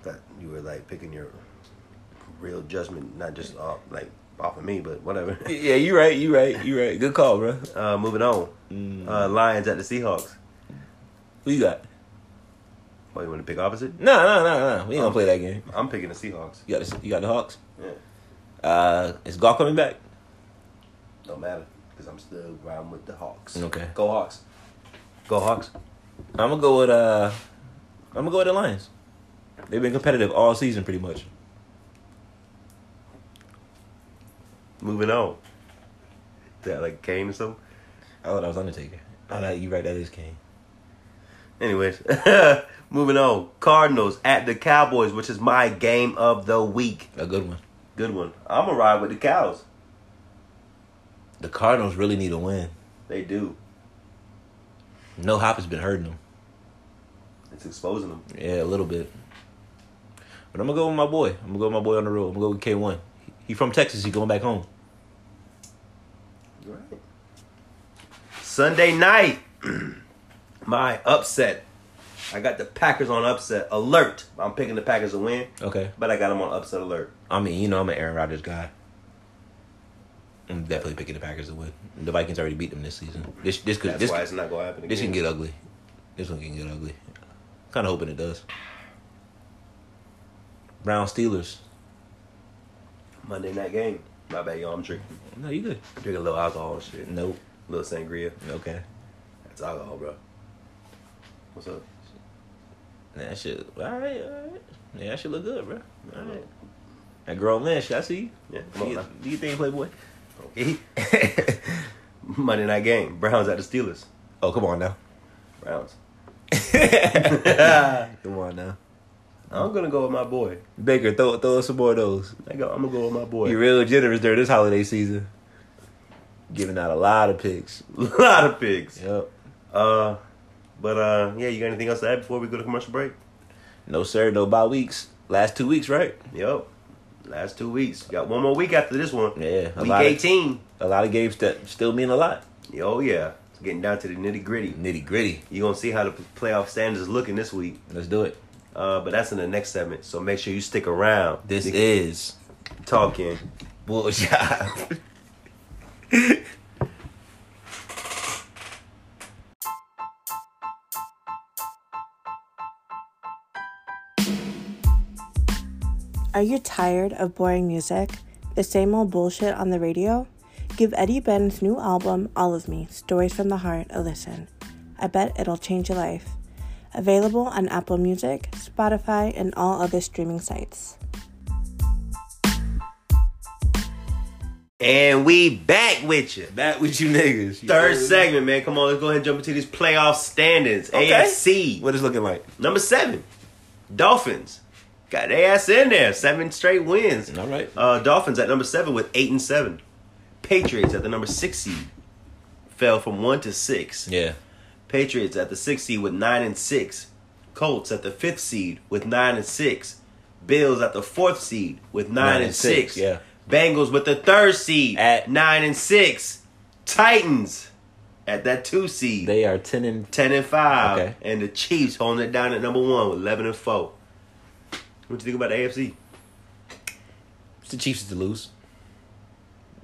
I thought you were like picking your real judgment, not just off like off of me, but whatever.
Yeah, you right, you right, you right. Good call, bro.
Uh, moving on,
Mm.
uh, Lions at the Seahawks.
Who you got?
Oh, you want to pick opposite?
No, no, no, no. We ain't gonna play that game.
I'm picking the Seahawks.
You got the, you got the Hawks.
Yeah,
Uh, is Golf coming back?
don't matter because I'm still riding with the Hawks.
Okay.
go Hawks. Go Hawks.
I'm gonna go with uh, I'm gonna go with the Lions. They've been competitive all season, pretty much.
Moving on. That like Kane or something.
I thought I was Undertaker. Oh, no, you right. That is Kane.
Anyways, moving on. Cardinals at the Cowboys, which is my game of the week.
A good one.
Good one. I'm gonna ride with the cows.
The Cardinals really need a win.
They do.
No Hop has been hurting them.
It's exposing them.
Yeah, a little bit. But I'm gonna go with my boy. I'm gonna go with my boy on the road. I'm gonna go with K one. He from Texas. He going back home.
Right. Sunday night, my upset. I got the Packers on upset alert. I'm picking the Packers to win,
Okay.
but I got them on upset alert.
I mean, you know, I'm an Aaron Rodgers guy. I'm definitely picking the Packers to win. The Vikings already beat them this season. This this could
That's
this
why it's not gonna happen. Again.
this can get ugly. This one can get ugly. Kind of hoping it does. Brown Steelers.
Monday night game. My bad, y'all. I'm drinking,
No, you good?
drinking a little alcohol and shit.
Nope.
A little sangria.
Okay.
That's alcohol, bro. What's up?
Nah, That shit. All right, all right. Yeah, that shit look good, bro. All right. That grown man, shit. I see you.
Yeah, come
Do
on
you,
now.
do you think Playboy?
Okay. Monday night game. Browns at the Steelers.
Oh, come on now.
Browns.
Come on now.
I'm gonna go with my boy.
Baker, throw throw us some more of those.
I go, I'm gonna go with my boy.
You real generous during this holiday season. Giving out a lot of picks.
lot of pigs.
Yep.
Uh, but uh, yeah, you got anything else to add before we go to commercial break?
No sir, no bye weeks. Last two weeks, right?
Yep. Last two weeks. Got one more week after this one.
Yeah, a
Week
lot of-
18.
A lot of games that still mean a lot.
Oh yeah. It's getting down to the nitty gritty.
Nitty gritty.
You're gonna see how the playoff standings is looking this week.
Let's do it.
Uh, but that's in the next segment. So make sure you stick around.
This
Nick
is
talking.
bullshit.
Are you tired of boring music? The same old bullshit on the radio? Give Eddie Ben's new album, All of Me Stories from the Heart, a listen. I bet it'll change your life. Available on Apple Music, Spotify, and all other streaming sites.
And we back with you.
Back with you niggas. You
Third
feel me?
segment, man. Come on, let's go ahead and jump into these playoff standings.
Okay.
AFC.
What is looking like?
Number seven, Dolphins. Got their ass in there. Seven straight wins.
All right.
Uh, Dolphins at number seven with eight and seven. Patriots at the number six seed. Fell from one to six.
Yeah.
Patriots at the sixth seed with nine and six. Colts at the fifth seed with nine and six. Bills at the fourth seed with nine, and, six.
yeah.
Bengals with the third seed
At-
nine and six. Titans at that two seed.
They are ten and
ten and five.
Okay.
And the Chiefs holding it down at number one with eleven and four. What you think about the AFC?
it's the Chiefs to lose.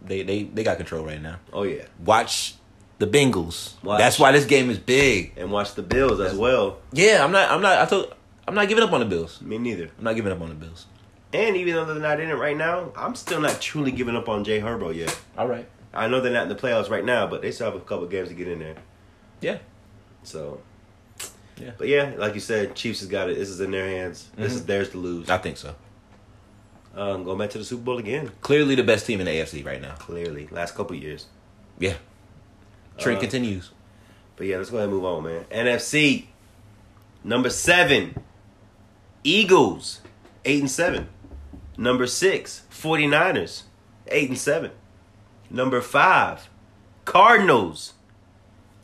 They they they got control right now.
Oh yeah.
Watch the Bengals.
Watch.
That's why this game is big.
And watch the Bills as well.
Yeah, I'm not I'm not I told I'm not giving up on the Bills.
Me neither.
I'm not giving up on the Bills.
And even though they're not in it right now, I'm still not truly giving up on Jay Herbo yet.
All right.
I know they're not in the playoffs right now, but they still have a couple games to get in there.
Yeah.
So,
Yeah. Mm-hmm.
but yeah, like you said, Chiefs has got it. This is in their hands. This is theirs to lose.
I think so.
Um, going back to the Super Bowl again.
Clearly the best team in the AFC right now.
Clearly, last couple years.
Yeah. Trend
Uh,
continues.
But yeah, let's go ahead and move on, man. NFC number seven, Eagles, eight and seven. Number six, 49ers, eight and seven. Number five, Cardinals,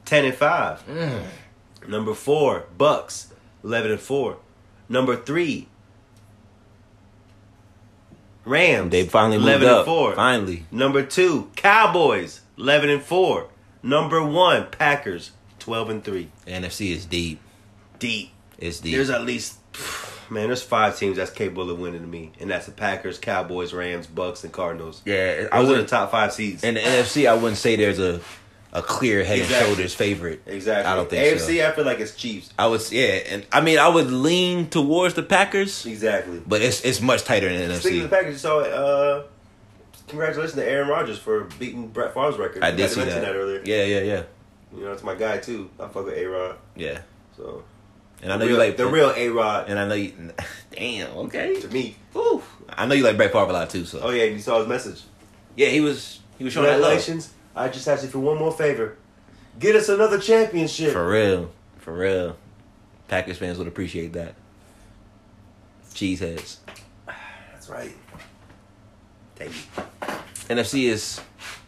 ten and five.
Mm.
Number four, Bucks, eleven and four. Number three, Rams.
They finally moved
11
up.
and four.
Finally.
Number two, Cowboys, eleven and four. Number one, Packers, twelve and three.
The NFC is deep.
Deep.
It's deep.
There's at least man, there's five teams that's capable of winning to me, and that's the Packers, Cowboys, Rams, Bucks, and Cardinals.
yeah, I
I was in the
wouldn't
top five seeds.
in the NFC I wouldn't say there's a a clear head
Exactly.
and shoulders favorite.
exactly.
I don't think so.
AFC, I feel like it's Chiefs.
I was yeah, and I mean I would lean towards the Packers,
Exactly.
but it's it's much tighter in the
Speaking of
NFC.
the Packers, you saw uh congratulations to Aaron Rodgers for beating Brett Favre's record.
I
You
did
had to
see
mention
that.
earlier.
Yeah, yeah, yeah,
You know, it's my guy too. I fuck with A Rod.
yeah.
So
And I know
real,
you like
the real A Rod
And I know you. Damn. Okay.
to me.
Ooh. I know you like Brett Favre a lot too. So.
Oh yeah, you saw his message.
yeah, he was he was showing that love.
Congratulations. I just asked you for one more favor. Get us another championship.
For real. For real. Packers fans would appreciate that. Cheeseheads.
That's right. Thank you.
NFC is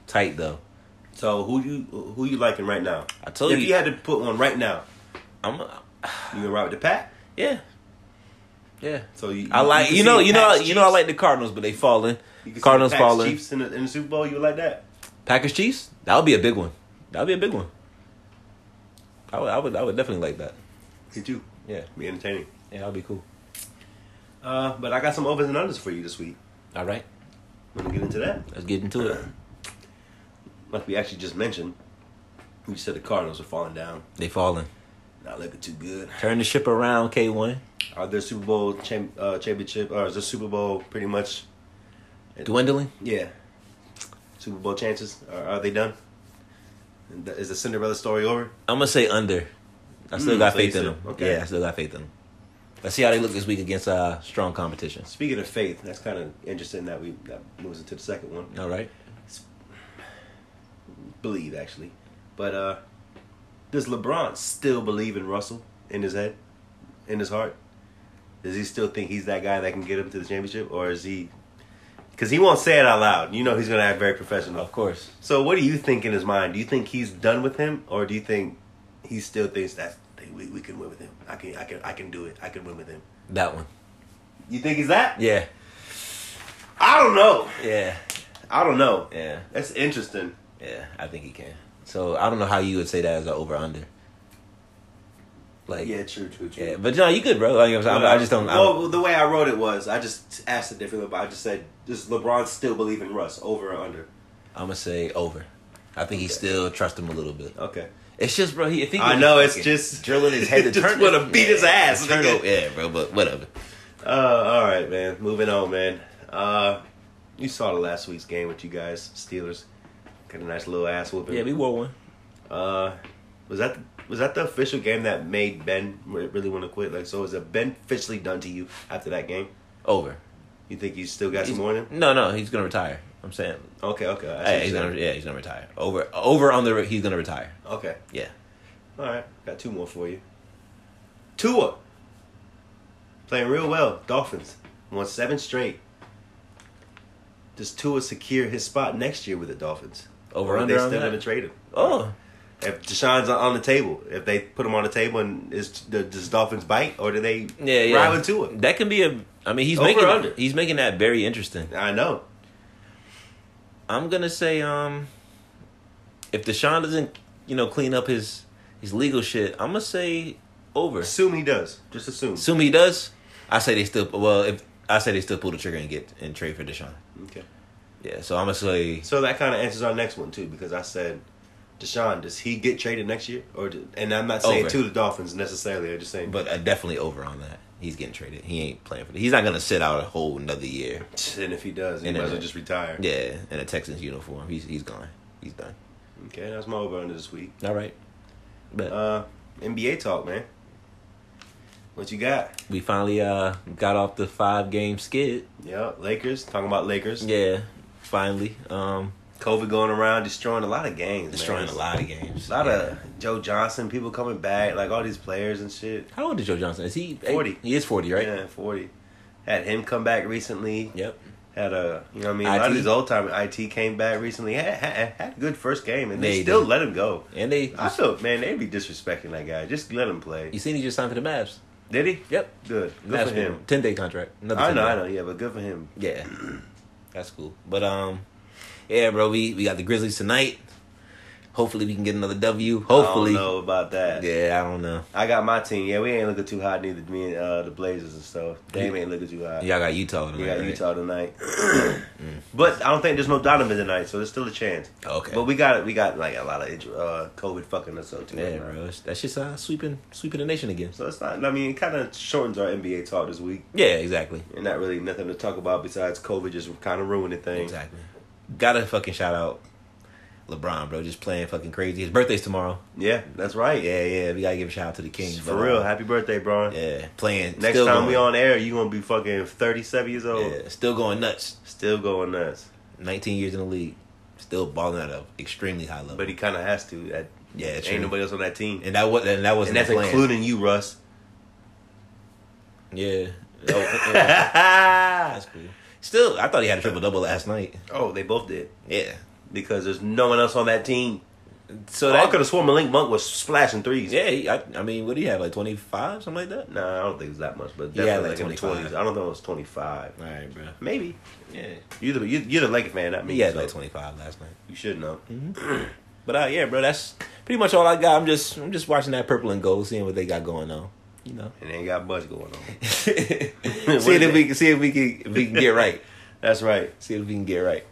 tight though.
So who you who you liking right now?
I told
if
you.
you had to put one right now,
I'm.
you gonna ride with the pack.
Yeah. Yeah.
So you,
I like
can
you,
see
know
the
you know
Pats,
you know I
Chiefs.
like the Cardinals but they
You
falling.
can see the
Cardinals
Pats,
falling.
Chiefs in the, in the Super Bowl. You like that?
Packers Chiefs that would be a big one. That would be a big one. I would I would I would definitely like that.
Me too.
Yeah.
Be entertaining.
Yeah, that'd be cool.
Uh, but I got some overs and unders for you this week.
All right,
We're gonna get into that.
let's get into it.
Like we actually just mentioned, we said the Cardinals are falling down.
They falling.
Not looking too good.
Turn the ship around, K1.
Are their Super Bowl cham- uh, championship, or is the Super Bowl pretty much,
Dwindling.
yeah, Super Bowl chances? Are, are they done? And th- Is the Cinderella story over?
I'm gonna say under. I still
Mm,
got
so
faith
you
in
said-
them.
okay.
Yeah, I still got faith in them. Let's see how they look this week against uh, strong competition.
Speaking of faith, that's kind of interesting that we that moves into the second one.
All right.
Believe actually, but uh, does LeBron still believe in Russell in his head, in his heart? Does he still think he's that guy that can get him to the championship, or is he? Because he won't say it out loud. You know he's gonna act very professional.
Of course.
So what do you think in his mind? Do you think he's done with him, or do you think he still thinks that we we can win with him? I can I can I can do it. I can win with him.
That one.
You think he's that?
Yeah.
I don't know.
Yeah.
I don't know.
Yeah.
That's interesting.
Yeah. I think he can. So I don't know how you would say that as an over under. Like
Yeah, true, true, true.
Yeah, but no, you good, bro. Like, I'm, I'm, I just don't. I don't
Well, the way I wrote it was, I just asked it differently, but I just said, does LeBron still believe in Russ over or under?
I'm gonna say over. I think he still trusts him a little bit.
Okay.
It's just, bro. He, if he
I
could
know, it's
fucking
just-
drilling his head to
just
turn.
wanna beat his ass,
Turn
nigga.
over- yeah, bro. But whatever.
Uh, all right, man. Moving on, man. Uh, you saw the last week's game with you guys, Steelers. Got a nice little ass whooping.
Yeah, we wore one.
Uh, was that was that the official game that made Ben re- really want to quit? Like, so is it Ben officially done to you after that game?
Over.
You think you still got some
He's-
more in him?
No, no, he's gonna retire. I'm saying,
Okay, okay. I see
Hey,
what
he's
you're
gonna,
saying.
yeah, he's gonna retire. Over, over on the, he's gonna retire.
Okay.
Yeah,
All right, got two more for you. Tua playing real well. Dolphins won seven straight. Does Tua secure his spot next year with the Dolphins?
Over
Or are
under
they
on
still
that?
going to trade him?
Oh,
If Deshaun's on the table, if they put him on the table, and is the does Dolphins bite or do they
yeah, yeah.
ride with Tua?
That can be a. I mean, he's
Over,
making
under.
he's making that very interesting.
I know.
I'm gonna say, um, if Deshaun doesn't, you know, clean up his his legal shit, I'm gonna say over.
Assume he does. Just assume.
Assume he does. I say they still. Well, if I say they still pull the trigger and get and trade for Deshaun.
Okay.
Yeah, so I'm gonna say
So that kind of answers our next one too, because I said, Deshaun, does he get traded next year? Or do, and I'm not saying
Over.
to the Dolphins necessarily. I'm just saying,
But uh, definitely over on that. He's getting traded. He ain't playing for. He's not gonna sit out a whole another year.
And if he does, he
And
might
then-
as well just retire.
Yeah, in a Texans uniform. He's he's gone. He's done.
Okay, that's my over under this week.
All right. But
Uh, NBA talk, man. What you got?
we finally uh got off the five game skid.
Yeah, Lakers. Talking about Lakers.
Yeah, finally. Um,
COVID going around, destroying a lot of games.
destroying
man.
a lot of games.
A lot
Yeah.
of Joe Johnson people coming back, like all these players and shit.
How old is Joe Johnson? Is he
40.
He is forty, right?
Yeah, forty. Had him come back recently.
Yep.
Had a you know what I mean. A lot of
IT.
these old time it came back recently. Had had, had a good first game, and they,
They
still
did.
let him go.
And they.
I felt man, they be disrespecting that guy. Just let him play.
you seen he just signed for the Mavs.
Did he?
Yep.
Good. Good
Mavs
for him.
Ten day contract. Another
I
10
know,
day.
I know, yeah, but good for him.
Yeah, that's cool. But um, yeah, bro, we we got the Grizzlies tonight. Hopefully, we can get another W. Hopefully,
I don't know about that.
yeah, I don't know.
I got my team. Yeah, we ain't looking too hot neither. Me and uh, the Blazers and stuff. They
Yeah.
ain't looking too hot.
Y'all got Utah tonight.
We got
right?
Utah tonight, but I don't think there's no Donovan tonight, so there's still a chance.
Okay.
But we got we got like a lot of inju- uh, COVID fucking us up too.
Yeah,
right now.
bro, that shit's uh, sweeping sweeping the nation again.
So it's not. I mean, it kind of shortens our NBA talk this week,
Yeah, exactly,
and not really nothing to talk about besides COVID just kind of ruining things.
exactly. Gotta fucking shout out LeBron, bro. Just playing fucking crazy. His birthday's tomorrow.
Yeah, that's right.
Yeah, yeah. We gotta give a shout out to the King
for real. Happy birthday, bro.
Yeah, playing.
Next
still
time
going,
we on air, you gonna be fucking thirty seven years old.
yeah, still going nuts.
Still going nuts.
19 years in the league, still balling at an extremely high level.
But he kind of has to. That,
Yeah, true.
ain't nobody else on that team, and,
and that was and that wasn't
that's
the plan.
including you, Russ.
Yeah. Oh, yeah. That's cool. Still, I thought he had a triple double last night.
Oh, they both did
Yeah.
because there's no one else on that team.
So
But Oh, I
that
could have sworn Malik Monk was splashing threes.
yeah, he, I, I mean, what do you have like twenty five, something like that?
Nah, I don't think it was that much, but
Yeah,
definitely
like
like, in the
25.
twenties. I don't think it was twenty five.
All right, bro.
Maybe
Yeah,
you the you, you're the Laker fan, not me.
he had
so
like twenty five last night.
You should know.
Mm-hmm. But uh, yeah, bro, that's pretty much all I got. I'm just I'm just watching that purple and gold, seeing what they got going on. You know,
And ain't got much going on.
see if we can see if we can if we can get right.
That's right.
See if we can get right.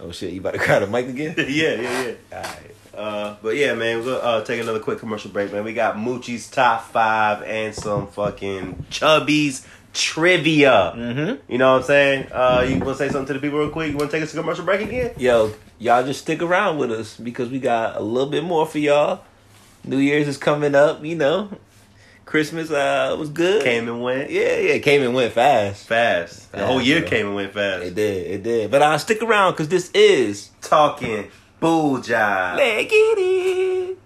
Oh shit, you about to cry the mic again?
yeah, yeah, yeah.
All right.
Uh, but But yeah, man, we'll uh, take another quick commercial break, man. We got Moochie's top five and some fucking Chubby's trivia. Mm-hmm. You know what I'm saying? Uh, you want to say something to the people real quick? You want to take us to commercial break again?
Yo, y'all just stick around with us because we got a little bit more for y'all. New Year's is coming up, you know. Christmas uh was good.
Came and went
Yeah, yeah, it came and went fast.
fast. The whole
Fast,
year
bro.
came and went fast.
It did, it did. But I'll stick around because this is
Talking bull jive.
Let Get It.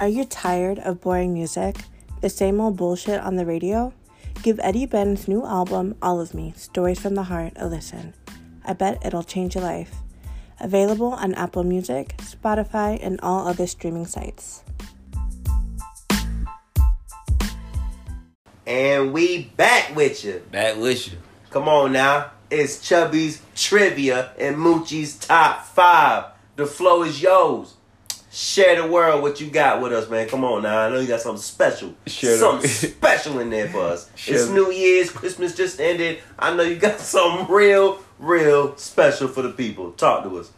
Are you tired of boring music? The same old bullshit on the radio? Give Eddie Ben's new album, All of Me Stories from the Heart, a listen. I bet it'll change your life. Available on Apple Music, Spotify, and all other streaming sites.
And we back with you.
Back with you.
Come on now. It's Chubby's trivia and Moochie's top five. The flow is yours. Share the world what you got with us, man. Come on now. I know you got something special.
Share the-
something special in there for us.
Share
it's
the-
New Year's. Christmas just ended. I know you got something real, real special for the people. Talk to us.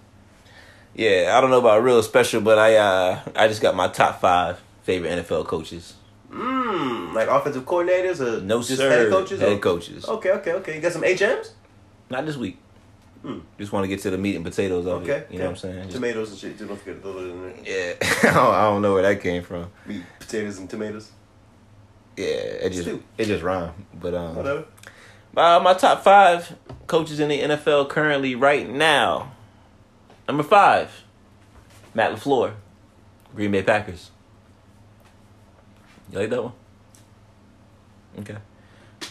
Yeah, I don't know about real special, but I uh I just got my top five favorite NFL coaches.
Mmm. Like offensive coordinators or
No
just
sir,
head coaches?
Head
or-
coaches. Oh.
Okay, okay, okay. You got some HMs?
Not this week. Just want to get to the meat and potatoes of
Okay.
it. You know what I'm saying? Just-
Tomatoes and shit. too. Don't forget to throw those in there.
yeah, I don't- I don't know where that came from.
meat, potatoes, and tomatoes.
Yeah, it just
Stew.
it just rhymed. But um,
Whatever.
uh, my top five coaches in the NFL currently right now. Number five, Matt Lafleur, Green Bay Packers. You like that one? Okay.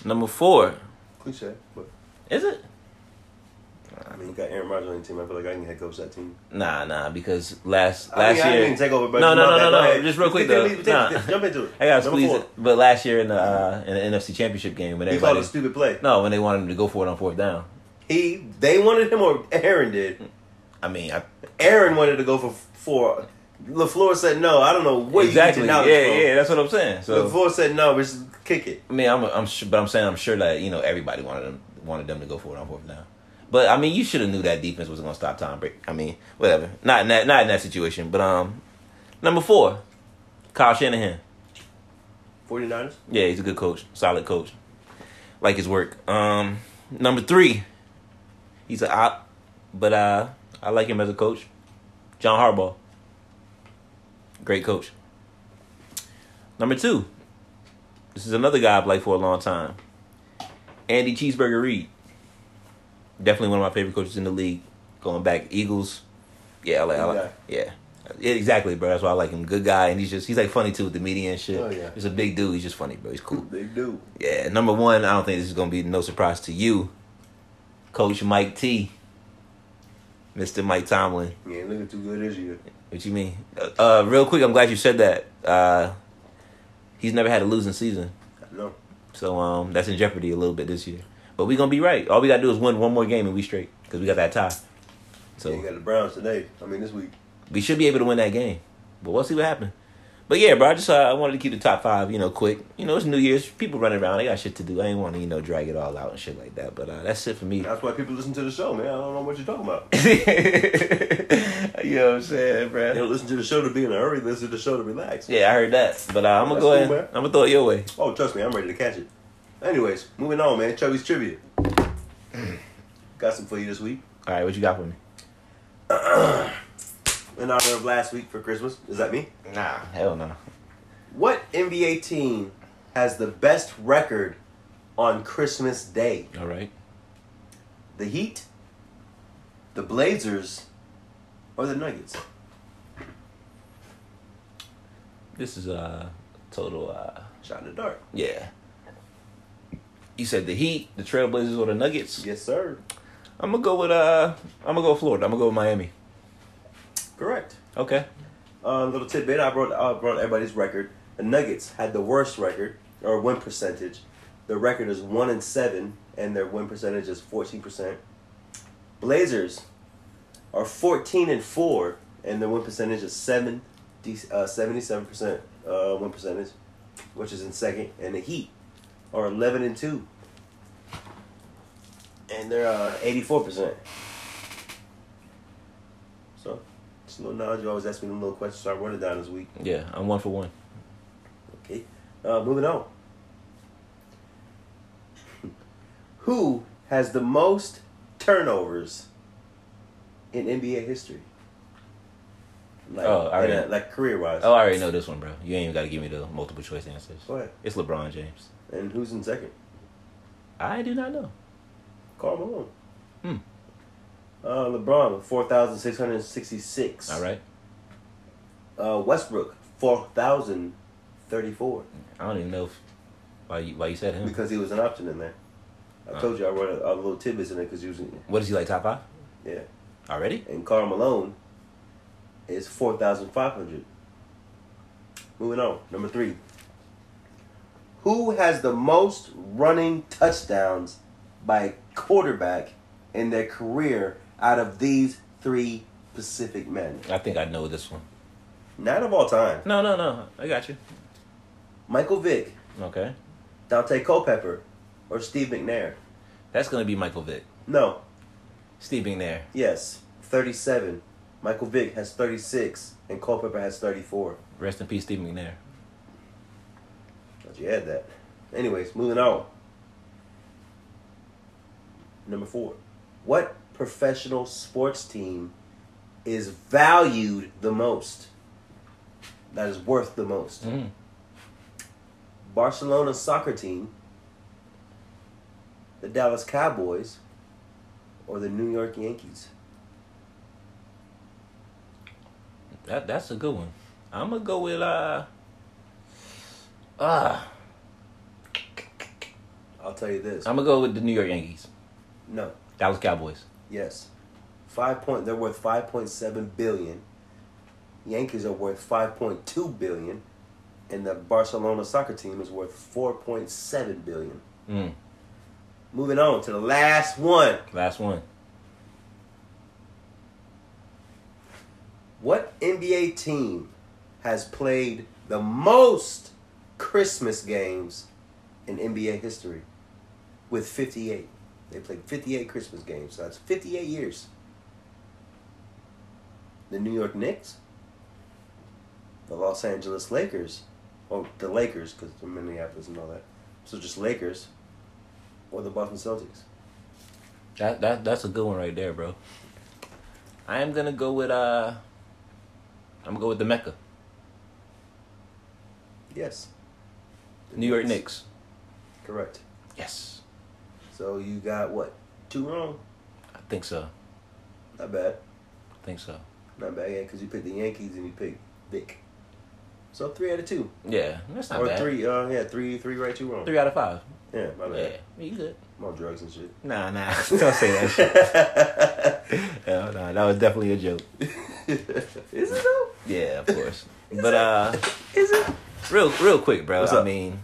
Number four,
Cliche, but
is it?
I mean, you got Aaron Rodgers on your team. I feel like I can head coach that team.
Nah, nah, because last
I
last
mean, I
year
didn't take over, but
No,
my
no,
bad.
no,
Go
no, no.
ahead.
Just real quick,
Take-
though.
take- take-
Nah.
Jump into it.
I gotta
Number
squeeze
four.
it. But last year in the uh, in the NFC Championship game when
He called
everybody
a stupid play.
no when they wanted him to go for it on fourth down.
He they wanted him or Aaron did.
I mean, I,
Aaron wanted to go for four. Lafleur said no. I don't know what
exactly.
you
Yeah,
get
yeah. That's what I'm saying. So
Lafleur said no. Just kick it.
I mean, I'm I'm sure, but I'm saying I'm sure that you know everybody wanted them wanted them to go for it on fourth down. But I mean, you should have knew that defense was going to stop Tom Brady. I mean, whatever. Not in that not in that situation. But um, number four, Kyle Shanahan.
49ers.
Yeah, he's a good coach, solid coach. Like his work. Um, number three, he's a op, but uh, I like him as a coach. John Harbaugh, great coach. Number two, this is another guy I've liked for a long time. Andy Cheeseburger Reed, definitely one of my favorite coaches in the league. Going back, Eagles. Yeah, I like. I
Good
like
guy.
yeah. Yeah, exactly, bro. That's why I like him. Good guy, and he's just—he's like funny too with the media and shit.
Oh, yeah.
He's a big dude. He's just funny, bro. He's cool.
They do.
Yeah, number one, I don't think this is gonna be no surprise to you, Coach Mike T, Mister Mike Tomlin.
Yeah, ain't looking too good this year.
What you mean? Uh, uh, real quick, I'm glad you said that. Uh, he's never had a losing season,
No.
so um, that's in jeopardy a little bit this year. But we gonna be right. All we gotta do is win one more game and we straight because we got that tie. So
Yeah, you got the Browns today. I mean, this week.
we should be able to win that game. But we'll see what happens. But yeah, bro, I just uh, I wanted to keep the top five, you know, quick. You know, it's New Year's. People running around. They got shit to do. I ain't want to, you know, drag it all out and shit like that. But uh, that's it for me.
That's why people listen to the show, man. I don't know what you're talking about.
you know what I'm
They
saying, bro?
don't listen to the show to be in a hurry. They Listen to the show to relax.
Yeah, I heard that. But uh, I'm going to
That's
go
cool,
ahead.
man.
I'm going to throw it your way.
Oh, trust me, I'm ready to catch it. Anyways, moving on, man. Chubby's trivia. Got some for you this week.
All right, what you got for me?
In honor of last week for Christmas. Is that me?
Nah. Hell no.
What NBA team has the best record on Christmas Day?
All right.
The Heat, the Blazers, or the Nuggets?
This is uh, total, uh,
Shot in the dark.
yeah. You said the Heat, the Trailblazers, or the Nuggets?
Yes, sir.
I'm going to go with, uh, I'm going to go with Florida. I'm going to go with Miami.
Correct.
Okay.
Um, little tidbit. I brought I brought everybody's record. The Nuggets had the worst record or win percentage. Their record is one and seven, and their win percentage is fourteen percent. Blazers are fourteen and four, and their win percentage is seven, seventy-seven percent uh, win percentage, which is in second. And the Heat are eleven and two, and they're uh, 84%. So, just a little knowledge. You always ask me them little questions, so I wrote it down this week.
Yeah, I'm one for one.
Okay, uh, moving on. Who has the most turnovers in NBA history? Like,
Oh, I
in
already-
a- like career wise.
Oh, I already know this one, bro. You ain't even got to give me the multiple choice answers.
Go ahead.
It's LeBron James.
And who's in second?
I do not know.
Carl Malone.
Hmm.
Uh, LeBron, 4,666.
All right.
Uh, Westbrook, 4,034.
I don't even know if, why you why you said him.
Because he was an option in there. I
Uh.
told you I wrote a, a little tidbits in there because he was in there.
What is he like? Top five
Yeah.
already?
And Carl Malone is 4,500. Moving on. Number three. Who has the most running touchdowns by a quarterback in their career out of these three Pacific men?
I think I know this one.
Not of all time.
No, no, no. I got you.
Michael Vick,
Okay.
Dante Culpepper, or Steve McNair?
That's gonna be Michael Vick.
No.
Steve being there.
Yes. 37. Michael Vick has 36, and Culpepper has 34.
Rest in peace, Steve McNair.
Thought you had that. Anyways, moving on. Number four. What professional sports team is valued the most? That is worth the most.
Mm.
Barcelona soccer team, the Dallas Cowboys, or the New York Yankees?
That that's a good one. I'm gonna go with uh. Ah,
I'll tell you this.
I'm gonna go with the New York Yankees,
no.
Dallas Cowboys.
Yes. Five point they're worth five point seven billion. Yankees are worth five point two billion. And the Barcelona soccer team is worth four point seven billion.
Mm.
Moving on to the last one.
Last one.
What NBA team has played the most Christmas games in NBA history? With fifty eight. They played fifty eight Christmas games, so that's fifty eight years. The New York Knicks, the Los Angeles Lakers, or the Lakers because they're Minneapolis and all that, so just Lakers, or the Boston Celtics.
That that that's a good one right there, bro. I am gonna go with uh. I'm gonna go with the Mecca,
Yes. The
New York Knicks.
Correct.
Yes,
So you got what? Two wrong.
I think so.
Not bad.
I think so.
Not bad, yeah, because you picked the Yankees and you picked Vic. So three out of two,
Yeah, that's not
or
bad.
three. Uh, yeah, three, three right, two wrong.
Three out of five.
Yeah, my
Yeah,
bad.
you good?
I'm on drugs and shit.
Nah, nah. Don't say that shit. No, nah, that was definitely a joke.
Is it though?
Yeah, of course. but uh,
Is it?
real real quick, bro.
What's
I
up?
mean,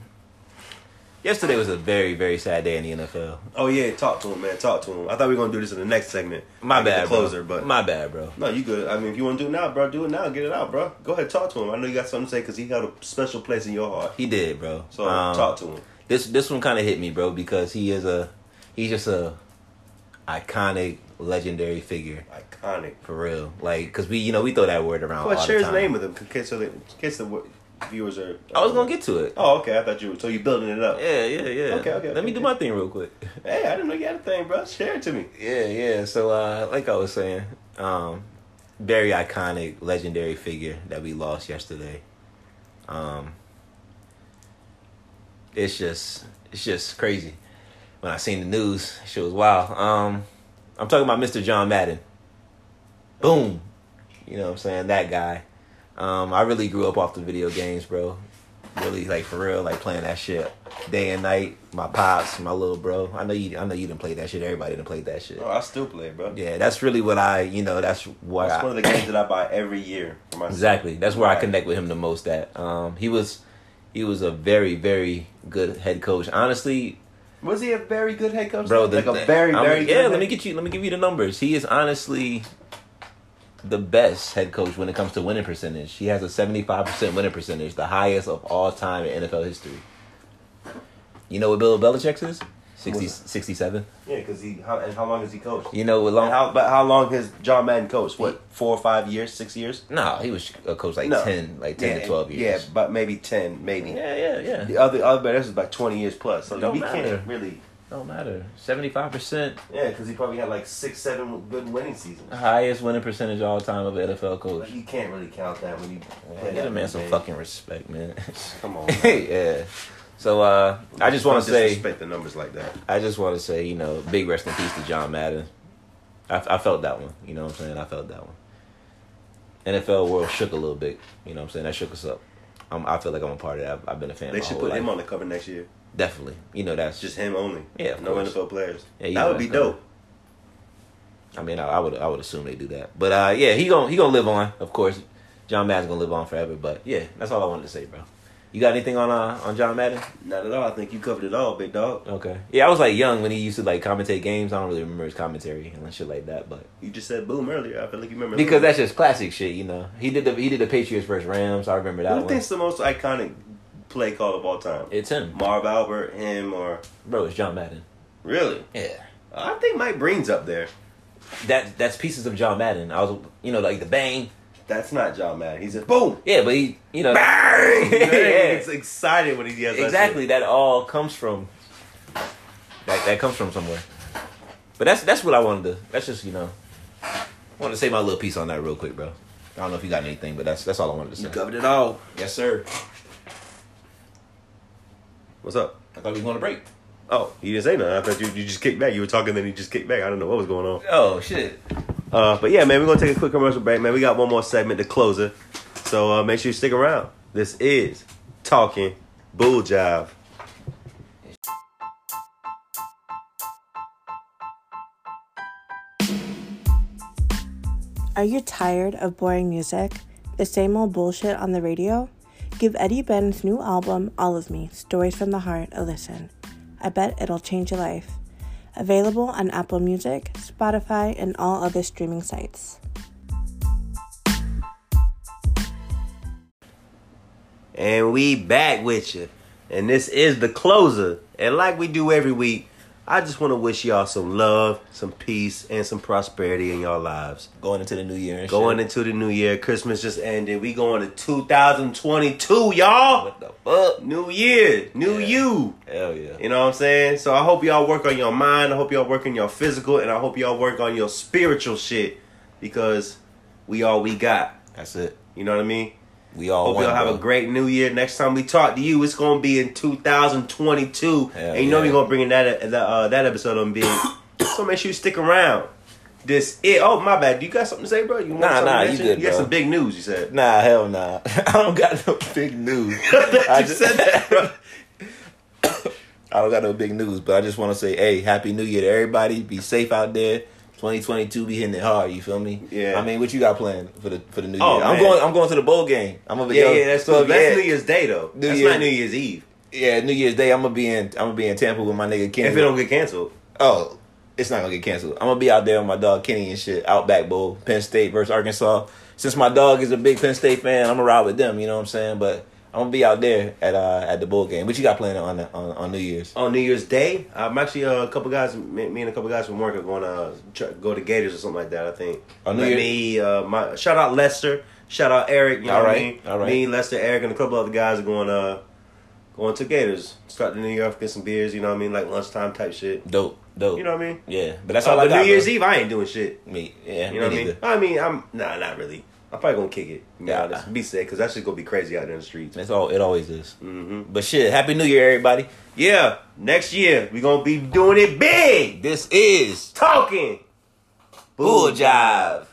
yesterday was a very very sad day in the NFL.
Oh yeah, talk to him, man. Talk to him. I thought we were gonna do this in the next segment.
My
I get
bad,
the closer,
bro.
but
my bad, bro.
no, you good. I mean, if you want to do it now, bro, do it now. Get it out, bro. Go ahead, talk to him. I know you got something to say because he held a special place in your heart.
He did, bro.
So
Um,
talk to him.
This this one kind of hit me, bro, because he is a he's just a iconic, legendary figure
Iconic.
for real. Like, cause we you know we throw that word around.
Well,
all
share
the
his
time.
name with him, in case so that in case the w- viewers are.
I was gonna get to it.
Oh, okay. I thought you were. So you're building it up.
Yeah, yeah, yeah.
Okay, okay,
Let
okay,
me do
okay.
my thing real quick.
Hey, I didn't know you had a thing, bro. Share it to me.
Yeah, yeah. So, uh, like I was saying, um, very iconic, legendary figure that we lost yesterday. Um, it's just, it's just crazy. When I seen the news, shit was wild. Um, I'm talking about Mr. John Madden. Boom, you know what I'm saying? That guy. Um, I really grew up off the video games, bro. Really, like for real, like playing that shit day and night. My pops, my little bro. I know you. I know you didn't play that shit. Everybody didn't play that shit.
Oh, I still play, it, bro.
Yeah, that's really what I, you know, that's what
That's
I,
one of the games that I buy every year for myself.
exactly. That's where I
Right.
connect with him the most. At um, he was, he was a very very good head coach. Honestly,
Was he a very good head coach?
bro, the,
like a very,
I'm-
very good
yeah.
head-
Let me get you. Let me give you the numbers. He is honestly the best head coach when it comes to winning percentage. He has a seventy five percent winning percentage, the highest of all time in NFL history. You know what Bill Belichick's is? 60, 67.
Yeah, because he how, and how long has he coached?
You know, with long.
And how but how long has John Madden coached? What four or five years, six years?
nah, he was a coach like
No.
10, like 10
Yeah,
to 12 years.
Yeah, but maybe ten, maybe.
Yeah, yeah, yeah.
The other other but this is about twenty years plus. So
Don't
we
matter.
can't really.
Don't matter. 75%,
Yeah, because he probably had like six, seven good winning
Uh-huh.
seasons.
highest winning percentage all time of an NFL coach.
But you can't really count that when you play
Get a
that
man
many
some
games.
fucking respect, man.
Come on. man.
yeah. So uh, I just want
Don't
to say,
disrespect the numbers like that.
I just want to say, you know, big rest in peace to John Madden. I, I felt that one. You know what I'm saying? I felt that one. NFL world shook a little bit. You know what I'm saying? That shook us up. I'm, I feel like I'm a part of that. I've, I've been a fan.
They
my
should
whole
put
life.
him on the cover next year.
Definitely. You know that's
Just him only.
Yeah, of
no
course.
NFL players.
Yeah, you
that
know
would be
that's
dope.
I mean, I, I would I would assume they do that. But uh, yeah, he gonna he gonna live on, of course. John Madden's gonna live on forever. But yeah, that's all I wanted to say, bro. You got anything on uh, on John Madden?
Not at all. I think you covered it all, big dog.
Okay. Yeah, I was like young when he used to like commentate games. I don't really remember his commentary and shit like that, but
You just said boom earlier. I feel like you remember
because that's just classic shit, you know. He did the he did the Patriots versus Rams. I remember that
Who
one.
thinks the most iconic play call of all time?
It's him,
Marv Albert, him, or
bro. It's John Madden.
really?
Yeah.
I think Mike Breen's up there.
That that's pieces of John Madden. I was you know like the bang.
That's not John Madden. He said boom,
Yeah, but he you know
bang.
Yeah.
It's excited when he yells that
exactly that all comes from that that comes from somewhere. But that's that's what I wanted to. That's just you know. I wanted to say my little piece on that real quick, bro. I don't know if you got anything, but that's that's all I wanted to
shit.
say.
You covered it all.
Yes, sir.
What's up?
I thought we were going to break.
Oh, you didn't say nothing. I thought you, you just kicked back. You were talking, then you just kicked back. I don't know what was going on.
Oh shit.
Uh, but yeah, man, we're gonna take a quick commercial break, man. We got one more segment to close it, so uh, make sure you stick around. This is talking bull jive.
Are you tired of boring music? The same old bullshit on the radio? Give Eddie Ben's new album, All of Me Stories from the Heart, a listen. I bet it'll change your life. Available on Apple Music, Spotify, and all other streaming sites.
And we back with you. And this is the closer. And like we do every week, I just want to wish y'all some love, some peace, and some prosperity in y'all lives.
Going into the new year. And
Going
shit.
into the new year, Christmas just ended. We going to 2022, y'all.
what the fuck?
New year, new
Yeah.
you.
Hell yeah.
You know what I'm saying? So I hope y'all work on your mind. I hope y'all work on your physical, and I hope y'all work on your spiritual shit because we all we got.
That's it.
You know what I mean?
We all
Hope
one,
y'all have
bro.
a great new year. Next time we talk to you, it's gonna be in 2022,
Hell
and you know
yeah.
we're gonna bring in that that, uh, that episode on being. so make sure you stick around. This it. Oh my bad. You got something to say, bro? You want
Nah,
something
nah,
to
you
mention?
good,
You got
bro.
some big news. You said.
Nah, hell nah. I don't got no big news.
you said that, bro.
I don't got no big news, but I just want to say, hey, happy new year to everybody. Be safe out there. 2022 be hitting it hard. You feel me?
Yeah.
I mean, what you got planned for the for the new
Oh,
year? I'm
man.
going. I'm going to the bowl game. I'm gonna be.
Yeah,
yo,
yeah. That's
so
cool.
if-
That's
yeah,
New Year's Day though.
New
that's
Year.
not New Year's Eve.
yeah, New Year's Day. I'm gonna be in. I'm gonna be in Tampa with my nigga Kenny.
If it don't get canceled.
oh, it's not gonna get canceled. I'm gonna be out there with my dog Kenny and shit. Outback Bowl, Penn State versus Arkansas. Since my dog is a big Penn State fan, I'm gonna ride with them. You know what I'm saying? But I'm gonna be out there at uh, at the bowl game. What you got planned on the, on, on New Year's?
on New Year's Day. I'm actually uh, a couple guys, me, me and a couple guys from work are going to tr- go to Gators or something like that. I think.
On New
Like
Year-
me, uh, my shout out Lester, shout out Eric. You know
All
what I
right,
mean?
all right.
Me, Lester, Eric, and a couple other guys are going uh going to Gators. Start the New Year off, get some beers. You know what I mean? Like lunchtime type shit.
Dope, dope.
You know what I mean?
Yeah, but that's
Uh,
all I
but
got.
New Year's
bro.
Eve, I ain't doing shit.
Me, yeah,
You know what
me
I mean?
neither.
I mean, I'm nah, not really. I'm probably gonna kick it. To be
Yeah.
honest, be sick because that shit's gonna be crazy out there in the streets.
That's all. It always is. Mm-hmm. But shit, happy New Year, everybody.
Yeah, next year we gonna be doing it big.
This is
Talking
Bull Jive.